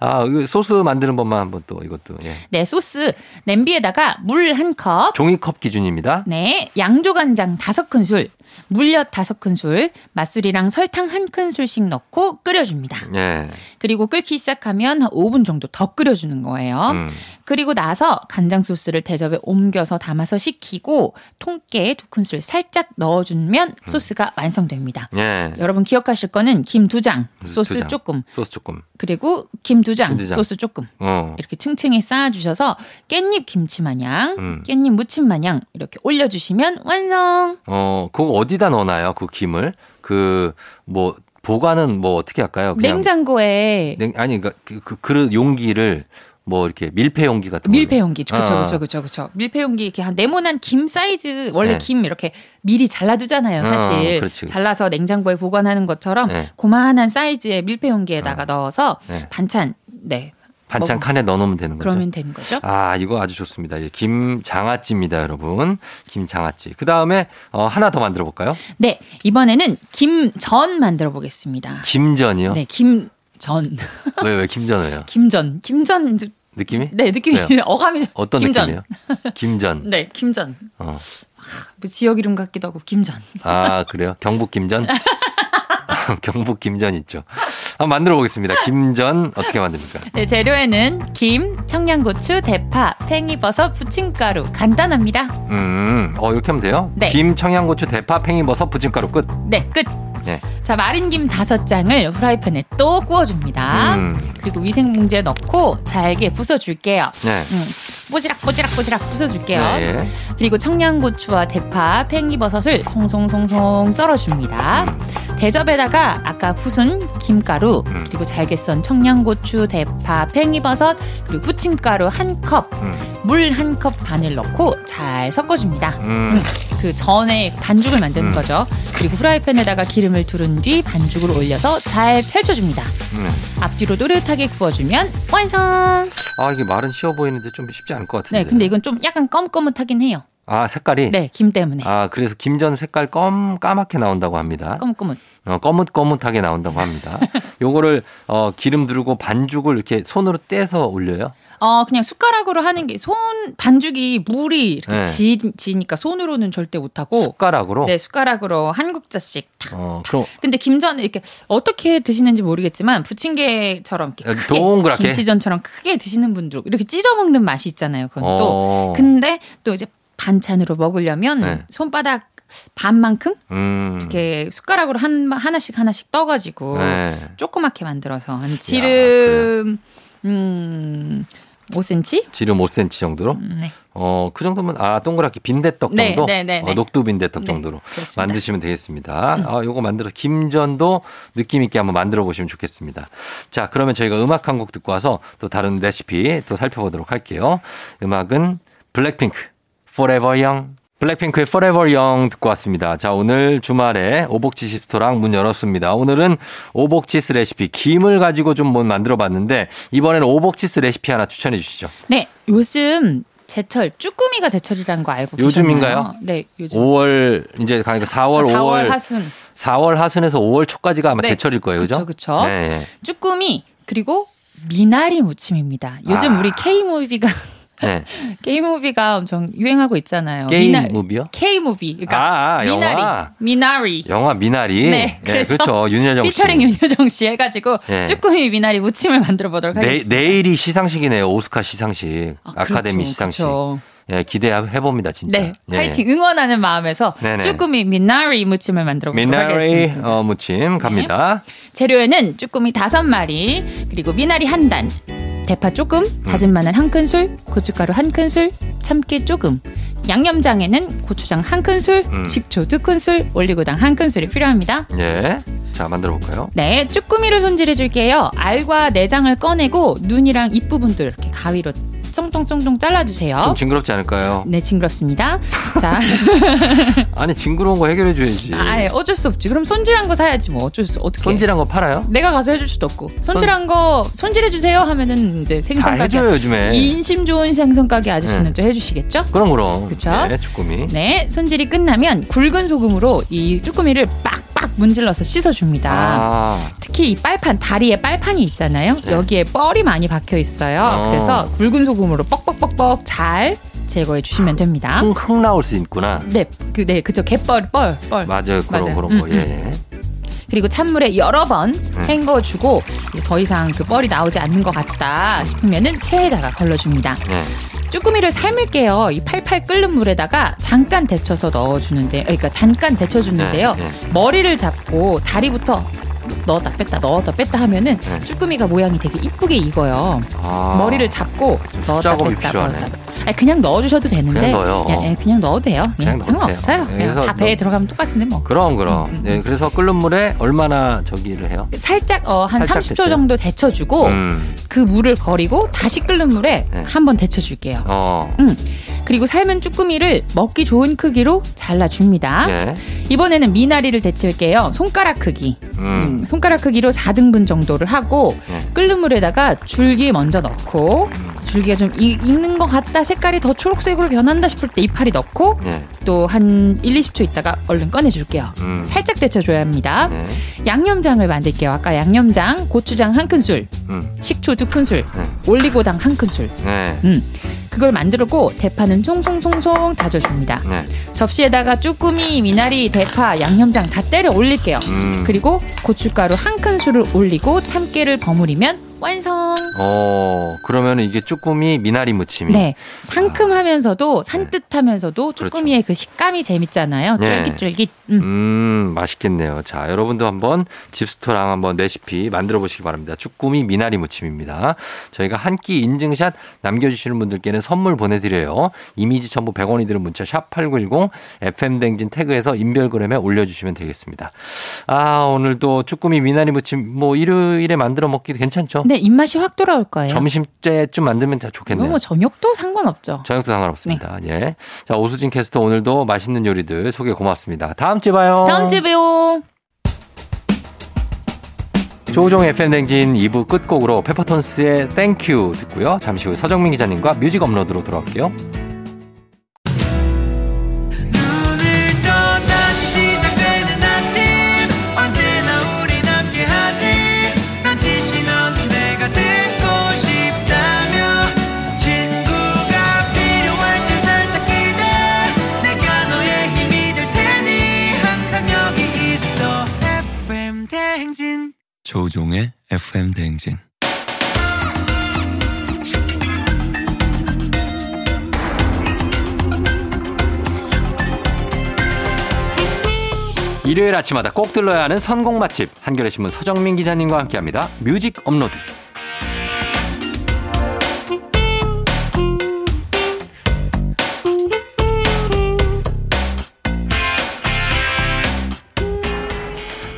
Speaker 1: 아, 이거 소스 만드는 법만 한번 또 이것도. 예.
Speaker 4: 네, 소스 냄비에다가 물 한 컵.
Speaker 1: 종이컵 기준입니다.
Speaker 4: 네, 양조간장 다섯 큰술, 물엿 다섯 큰술, 맛술이랑 설탕 한 큰술씩 넣고 끓여줍니다.
Speaker 1: 예.
Speaker 4: 그리고 끓기 시작하면 한 5분 정도 더 끓여주는 거예요.
Speaker 1: 음.
Speaker 4: 그리고 나서 간장 소스를 대접에 옮겨서 담아서 식히고 통깨에 두 큰술 살짝
Speaker 1: 음.
Speaker 4: 넣어주면 소스가 완성됩니다.
Speaker 1: 예.
Speaker 4: 여러분 기억하실 거는 김 두 장,
Speaker 1: 음,
Speaker 4: 소스
Speaker 1: 두 장.
Speaker 4: 조금,
Speaker 1: 소스 조금.
Speaker 4: 그리고 김 두 장,
Speaker 1: 김두 장.
Speaker 4: 소스 조금.
Speaker 1: 어.
Speaker 4: 이렇게 층층이 쌓아주셔서 깻잎 김치 마냥,
Speaker 1: 음.
Speaker 4: 깻잎 무침 마냥 이렇게 올려주시면 완성.
Speaker 1: 어, 그거 어디다 넣나요? 그 김을? 그, 뭐, 보관은 뭐 어떻게 할까요? 그냥
Speaker 4: 냉장고에
Speaker 1: 냉- 아니, 그러니까 그, 그 그릇 용기를 뭐 이렇게 밀폐 용기 같은 거.
Speaker 4: 밀폐 용기 그쵸
Speaker 1: 아.
Speaker 4: 그쵸 그쵸 그쵸 밀폐 용기 이렇게 한 네모난 김 사이즈 원래
Speaker 1: 네.
Speaker 4: 김 이렇게 미리 잘라두잖아요
Speaker 1: 어,
Speaker 4: 사실
Speaker 1: 그렇지, 그렇지.
Speaker 4: 잘라서 냉장고에 보관하는 것처럼
Speaker 1: 네.
Speaker 4: 고만한 사이즈의 밀폐 용기에다가 넣어서
Speaker 1: 네.
Speaker 4: 반찬 네
Speaker 1: 반찬
Speaker 4: 먹으면-
Speaker 1: 칸에 넣어놓으면 되는 거죠.
Speaker 4: 그러면 되는 거죠
Speaker 1: 아, 이거 아주 좋습니다. 예, 김장아찌입니다, 여러분. 김장아찌. 그 다음에 어, 하나 더 만들어 볼까요?
Speaker 4: 네 이번에는 김전 만들어 보겠습니다
Speaker 1: 김전이요?
Speaker 4: 네 김전
Speaker 1: 왜, 왜 김전이에요?
Speaker 4: 김전 김전
Speaker 1: 느낌이?
Speaker 4: 네 느낌이
Speaker 1: 왜요?
Speaker 4: [LAUGHS] 어감이 좀-
Speaker 1: 어떤
Speaker 4: 김전.
Speaker 1: 느낌이에요? 김전.
Speaker 4: 네 김전
Speaker 1: 어.
Speaker 4: 뭐 지역 이름 같기도 하고 김전
Speaker 1: 아, 그래요? 경북
Speaker 4: [LAUGHS]
Speaker 1: 김전? [LAUGHS] 경북 김전 있죠. 한번 만들어 보겠습니다. 김전 어떻게 만듭니까?
Speaker 4: 네, 재료에는 김, 청양고추, 대파, 팽이버섯, 부침가루 간단합니다.
Speaker 1: 음, 어, 이렇게 하면 돼요?
Speaker 4: 네.
Speaker 1: 김, 청양고추, 대파, 팽이버섯, 부침가루 끝.
Speaker 4: 네, 끝.
Speaker 1: 네.
Speaker 4: 자, 마린 김 다섯 장을 후라이팬에 또 구워줍니다.
Speaker 1: 음,
Speaker 4: 그리고 위생봉지에 넣고 잘게 부숴줄게요.
Speaker 1: 네.
Speaker 4: 음, 예. 꼬지락 꼬지락 꼬지락 부숴줄게요.
Speaker 1: 네.
Speaker 4: 그리고 청양고추와 대파, 팽이버섯을 송송송송 썰어줍니다. 대접에다가 아까 부순 김가루
Speaker 1: 음.
Speaker 4: 그리고 잘게 썬 청양고추, 대파, 팽이버섯 그리고 부침가루 한 컵,
Speaker 1: 음.
Speaker 4: 물 한 컵 반을 넣고 잘 섞어줍니다.
Speaker 1: 음,
Speaker 4: 그 전에 반죽을 만드는
Speaker 1: 음.
Speaker 4: 거죠. 그리고 후라이팬에다가 기름을 두른 뒤 반죽을 올려서 잘 펼쳐줍니다.
Speaker 1: 음.
Speaker 4: 앞뒤로 노릇하게 구워주면 완성.
Speaker 1: 아, 이게 말은 쉬워 보이는데 좀 쉽지 않을 것 같은데.
Speaker 4: 네, 근데 이건 좀 약간 껌껌하긴 해요.
Speaker 1: 아, 색깔이?
Speaker 4: 네, 김 때문에.
Speaker 1: 아, 그래서 김전 색깔 검 까맣게 나온다고 합니다.
Speaker 4: 껌껌은.
Speaker 1: 어, 거뭇거뭇하게 나온다고
Speaker 4: [LAUGHS]
Speaker 1: 합니다. 요거를 어, 기름 두르고 반죽을 이렇게 손으로 떼서 올려요.
Speaker 4: 어 그냥 숟가락으로 하는 게 손 반죽이 물이 이렇게
Speaker 1: 네.
Speaker 4: 지, 지니까 손으로는 절대 못하고
Speaker 1: 숟가락으로.
Speaker 4: 네 숟가락으로 한 국자씩 탁.
Speaker 1: 어, 그럼
Speaker 4: 근데 김전 이렇게 어떻게 드시는지 모르겠지만 부침개처럼 이렇게 크게
Speaker 1: 아, 동그랗게?
Speaker 4: 김치전처럼 크게 드시는 분들 이렇게 찢어 먹는 맛이 있잖아요. 그건 또
Speaker 1: 어,
Speaker 4: 근데 또 이제 반찬으로 먹으려면
Speaker 1: 네.
Speaker 4: 손바닥 반만큼
Speaker 1: 음,
Speaker 4: 이렇게 숟가락으로 한 하나씩 하나씩 떠가지고
Speaker 1: 네.
Speaker 4: 조그맣게 만들어서 한 지름 음 5cm
Speaker 1: 지름 5cm 정도로.
Speaker 4: 네.
Speaker 1: 어, 그 정도면 아, 동그랗게 빈대떡
Speaker 4: 네,
Speaker 1: 정도.
Speaker 4: 네, 네,
Speaker 1: 어,
Speaker 4: 네.
Speaker 1: 녹두 빈대떡
Speaker 4: 네,
Speaker 1: 정도로
Speaker 4: 그렇습니다.
Speaker 1: 만드시면 되겠습니다. 아, 요거 만들어 김전도 느낌 있게 한번 만들어 보시면 좋겠습니다. 자, 그러면 저희가 음악 한 곡 듣고 와서 또 다른 레시피 또 살펴보도록 할게요. 음악은 블랙핑크 Forever Young. 블랙핑크의 Forever Young 듣고 왔습니다. 자, 오늘 주말에 오복치 식스토랑 문 열었습니다. 오늘은 오복치스 레시피 김을 가지고 좀 뭐 만들어 봤는데 이번에는 오복치스 레시피 하나 추천해 주시죠.
Speaker 4: 네, 요즘 제철 쭈꾸미가 제철이라는 거 알고
Speaker 1: 요즘인가요?
Speaker 4: 계셨나요? 네, 요즘.
Speaker 1: 5월 이제 그러니까 가니까 4월,
Speaker 4: 4월
Speaker 1: 5월
Speaker 4: 그러니까 하순
Speaker 1: 4월 하순에서 5월 초까지가 아마
Speaker 4: 네.
Speaker 1: 제철일 거예요. 그죠?
Speaker 4: 그쵸, 그쵸.
Speaker 1: 네.
Speaker 4: 쭈꾸미 그리고 미나리 무침입니다. 요즘
Speaker 1: 아.
Speaker 4: 우리 K 무비가 [LAUGHS]
Speaker 1: 네.
Speaker 4: K 무비가 엄청 유행하고 있잖아요.
Speaker 1: 게임
Speaker 4: 미나-
Speaker 1: 무비요?
Speaker 4: K 무비. 그러니까
Speaker 1: 아, 아,
Speaker 4: 미나리.
Speaker 1: 영화.
Speaker 4: 미나리.
Speaker 1: 영화 미나리.
Speaker 4: 네, 그래서
Speaker 1: 그렇죠. 윤여정 씨.
Speaker 4: 피처링 윤여정 씨 해가지고
Speaker 1: 네.
Speaker 4: 쭈꾸미 미나리 무침을 만들어 보도록
Speaker 1: 내,
Speaker 4: 하겠습니다.
Speaker 1: 내일이 시상식이네요. 오스카 시상식. 네, 아, 카데미
Speaker 4: 그렇죠,
Speaker 1: 시상식.
Speaker 4: 그렇죠.
Speaker 1: 예, 기대해 봅니다, 진짜.
Speaker 4: 네,
Speaker 1: 예.
Speaker 4: 파이팅 응원하는 마음에서
Speaker 1: 네네.
Speaker 4: 쭈꾸미 미나리 무침을 만들어 보도록
Speaker 1: 미나리
Speaker 4: 하겠습니다. 네.
Speaker 1: 어, 무침 갑니다.
Speaker 4: 재료에는 쭈꾸미 다섯 마리, 그리고 미나리 한 단, 대파 조금, 다진 마늘 한 큰술, 고춧가루 한 큰술, 참깨 조금. 양념장에는 고추장 한 큰술,
Speaker 1: 음.
Speaker 4: 식초 두 큰술, 올리고당 한 큰술이 필요합니다.
Speaker 1: 예. 자, 만들어 볼까요?
Speaker 4: 네, 쭈꾸미를 손질해 줄게요. 알과 내장을 꺼내고 눈이랑 입 부분들 이렇게 가위로 쫑쫑쫑쫑 잘라주세요.
Speaker 1: 좀 징그럽지 않을까요?
Speaker 4: 네, 징그럽습니다.
Speaker 1: [LAUGHS]
Speaker 4: 자,
Speaker 1: 예. 아니, 징그러운 거 해결해 줘야지.
Speaker 4: 네. 아예 어쩔 수 없지. 그럼 손질한 거 사야지 뭐 어쩔 수 어떻게.
Speaker 1: 손질한 거 팔아요?
Speaker 4: 내가 가서 해줄 수도 없고 손질한 거 손질해 주세요 하면은 이제
Speaker 1: 다
Speaker 4: 생선 가게
Speaker 1: 해줘요, 네. 요즘에.
Speaker 4: 인심 좋은 생선 가게 아저씨는 또 해주시겠죠?
Speaker 1: 그럼, 그럼.
Speaker 4: 그쵸?
Speaker 1: 네, 주꾸미.
Speaker 4: 네, 손질이 끝나면 굵은 소금으로 이 쭈꾸미를 빡빡 문질러서 씻어줍니다.
Speaker 1: 아,
Speaker 4: 특히 이 빨판 다리에 빨판이 있잖아요.
Speaker 1: 네.
Speaker 4: 여기에 뻘이 많이 박혀 있어요.
Speaker 1: 어.
Speaker 4: 그래서 굵은 소금으로 뻑뻑뻑뻑 잘 제거해 주시면 됩니다.
Speaker 1: 흥, 흥 나올 수 있구나.
Speaker 4: 네, 그, 네, 그쵸. 갯벌, 뻘, 뻘.
Speaker 1: 맞아요. 그런
Speaker 4: 음. 맞아요.
Speaker 1: 그런 거.
Speaker 4: 음,
Speaker 1: 예.
Speaker 4: 그리고 찬물에 여러 번
Speaker 1: 네.
Speaker 4: 헹궈주고 이제 더 이상 그 뻘이 나오지 않는 것 같다 싶으면은 체에다가 걸러줍니다.
Speaker 1: 예.
Speaker 4: 쭈꾸미를 삶을게요. 이 팔팔 끓는 물에다가 잠깐 데쳐서 넣어주는데, 그러니까 잠깐 데쳐주는데요.
Speaker 1: 예, 예.
Speaker 4: 머리를 잡고 다리부터 넣었다 뺐다 넣었다 뺐다 하면은
Speaker 1: 네.
Speaker 4: 쭈꾸미가 모양이 되게 이쁘게 익어요.
Speaker 1: 아,
Speaker 4: 머리를 잡고
Speaker 1: 좀
Speaker 4: 넣었다
Speaker 1: 수작업이
Speaker 4: 뺐다
Speaker 1: 필요하네.
Speaker 4: 넣었다 뺐다. 아니, 그냥 넣어주셔도 되는데
Speaker 1: 그냥 넣어요.
Speaker 4: 예, 예, 그냥 넣어도 돼요. 예,
Speaker 1: 그냥 넣어도
Speaker 4: 상관없어요.
Speaker 1: 돼요.
Speaker 4: 예,
Speaker 1: 그래서
Speaker 4: 다 배에
Speaker 1: 넣-
Speaker 4: 들어가면 똑같은데 뭐.
Speaker 1: 그럼 그럼.
Speaker 4: 음, 음.
Speaker 1: 예, 그래서 끓는 물에 얼마나 저기를 해요?
Speaker 4: 살짝 어, 한
Speaker 1: 살짝
Speaker 4: 30초
Speaker 1: 데쳐요?
Speaker 4: 정도 데쳐주고
Speaker 1: 음.
Speaker 4: 그 물을 버리고 다시 끓는 물에
Speaker 1: 네.
Speaker 4: 한번 데쳐줄게요.
Speaker 1: 어.
Speaker 4: 그리고 삶은 쭈꾸미를 먹기 좋은 크기로 잘라줍니다.
Speaker 1: 예.
Speaker 4: 이번에는 미나리를 데칠게요. 손가락 크기.
Speaker 1: 음.
Speaker 4: 음, 손가락 크기로 4등분 정도를 하고
Speaker 1: 네.
Speaker 4: 끓는 물에다가 줄기 먼저 넣고
Speaker 1: 음.
Speaker 4: 줄기가 좀 이- 익는 것 같다 색깔이 더 초록색으로 변한다 싶을 때 이파리 넣고
Speaker 1: 예.
Speaker 4: 또 한 1, 20초 있다가 얼른 꺼내줄게요.
Speaker 1: 음.
Speaker 4: 살짝 데쳐줘야 합니다.
Speaker 1: 예.
Speaker 4: 양념장을 만들게요. 아까 양념장, 고추장 한 큰술,
Speaker 1: 음.
Speaker 4: 식초 두 큰술,
Speaker 1: 네.
Speaker 4: 올리고당 한 큰술.
Speaker 1: 예.
Speaker 4: 그걸 만들고 대파는 송송송송 다져줍니다.
Speaker 1: 예.
Speaker 4: 접시에다가 쭈꾸미, 미나리, 대파, 양념장 다 때려 올릴게요.
Speaker 1: 음.
Speaker 4: 그리고 고춧가루 한 큰술을 올리고 참깨를 버무리면 완성.
Speaker 1: 어, 그러면 이게 쭈꾸미 미나리 무침이.
Speaker 4: 네, 상큼하면서도 산뜻하면서도
Speaker 1: 음. 아. 그렇죠.
Speaker 4: 쭈꾸미의 그 식감이 재밌잖아요.
Speaker 1: 네.
Speaker 4: 쫄깃쫄깃. 음.
Speaker 1: 음, 맛있겠네요. 자, 여러분도 한번 집스토랑 한번 레시피 만들어 보시기 바랍니다. 쭈꾸미 미나리 무침입니다. 저희가 한 끼 인증샷 남겨주시는 분들께는 선물 보내드려요. 이미지 첨부 100원이 드는 문자 샵8910 FM댕진 태그에서 인별그램에 올려주시면 되겠습니다. 아, 오늘도 쭈꾸미 미나리 무침 뭐 일요일에 만들어 먹기도 괜찮죠?
Speaker 4: 근데 입맛이 확 돌아올 거예요.
Speaker 1: 점심때쯤 만들면 다 좋겠네요.
Speaker 4: 너무 네. 저녁도 상관없죠.
Speaker 1: 저녁도 상관없습니다. 예. 자, 오수진 캐스터 오늘도 맛있는 요리들 소개 고맙습니다. 다음 주에 봐요.
Speaker 4: 다음 주에 봬요.
Speaker 1: 조우종 FM 댕진 2부 끝곡으로 페퍼톤스의 땡큐 듣고요. 잠시 후 서정민 기자님과 뮤직 업로드로 돌아올게요.
Speaker 5: 오늘 또 다시 시작되는 아침 언제나 우리 함께하지 난 지시 넌 내가 듣고 싶다며 친구가 필요할 때 살짝 기대 내가 너의 힘이 될 테니 항상 여기 있어 FM 대행진
Speaker 6: 조우종의 FM 대행진.
Speaker 1: 일요일 아침마다 꼭 들러야 하는 선곡 맛집 한겨레 신문 서정민 기자님과 함께합니다. 뮤직 업로드.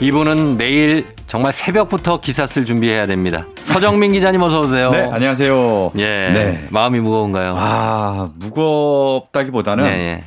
Speaker 1: 이분은 내일 정말 새벽부터 기사 쓸 준비해야 됩니다. 서정민 기자님 어서 오세요.
Speaker 7: 네, 안녕하세요.
Speaker 1: 예.
Speaker 7: 네.
Speaker 1: 마음이 무거운가요?
Speaker 7: 아, 무겁다기보다는
Speaker 1: 네, 예.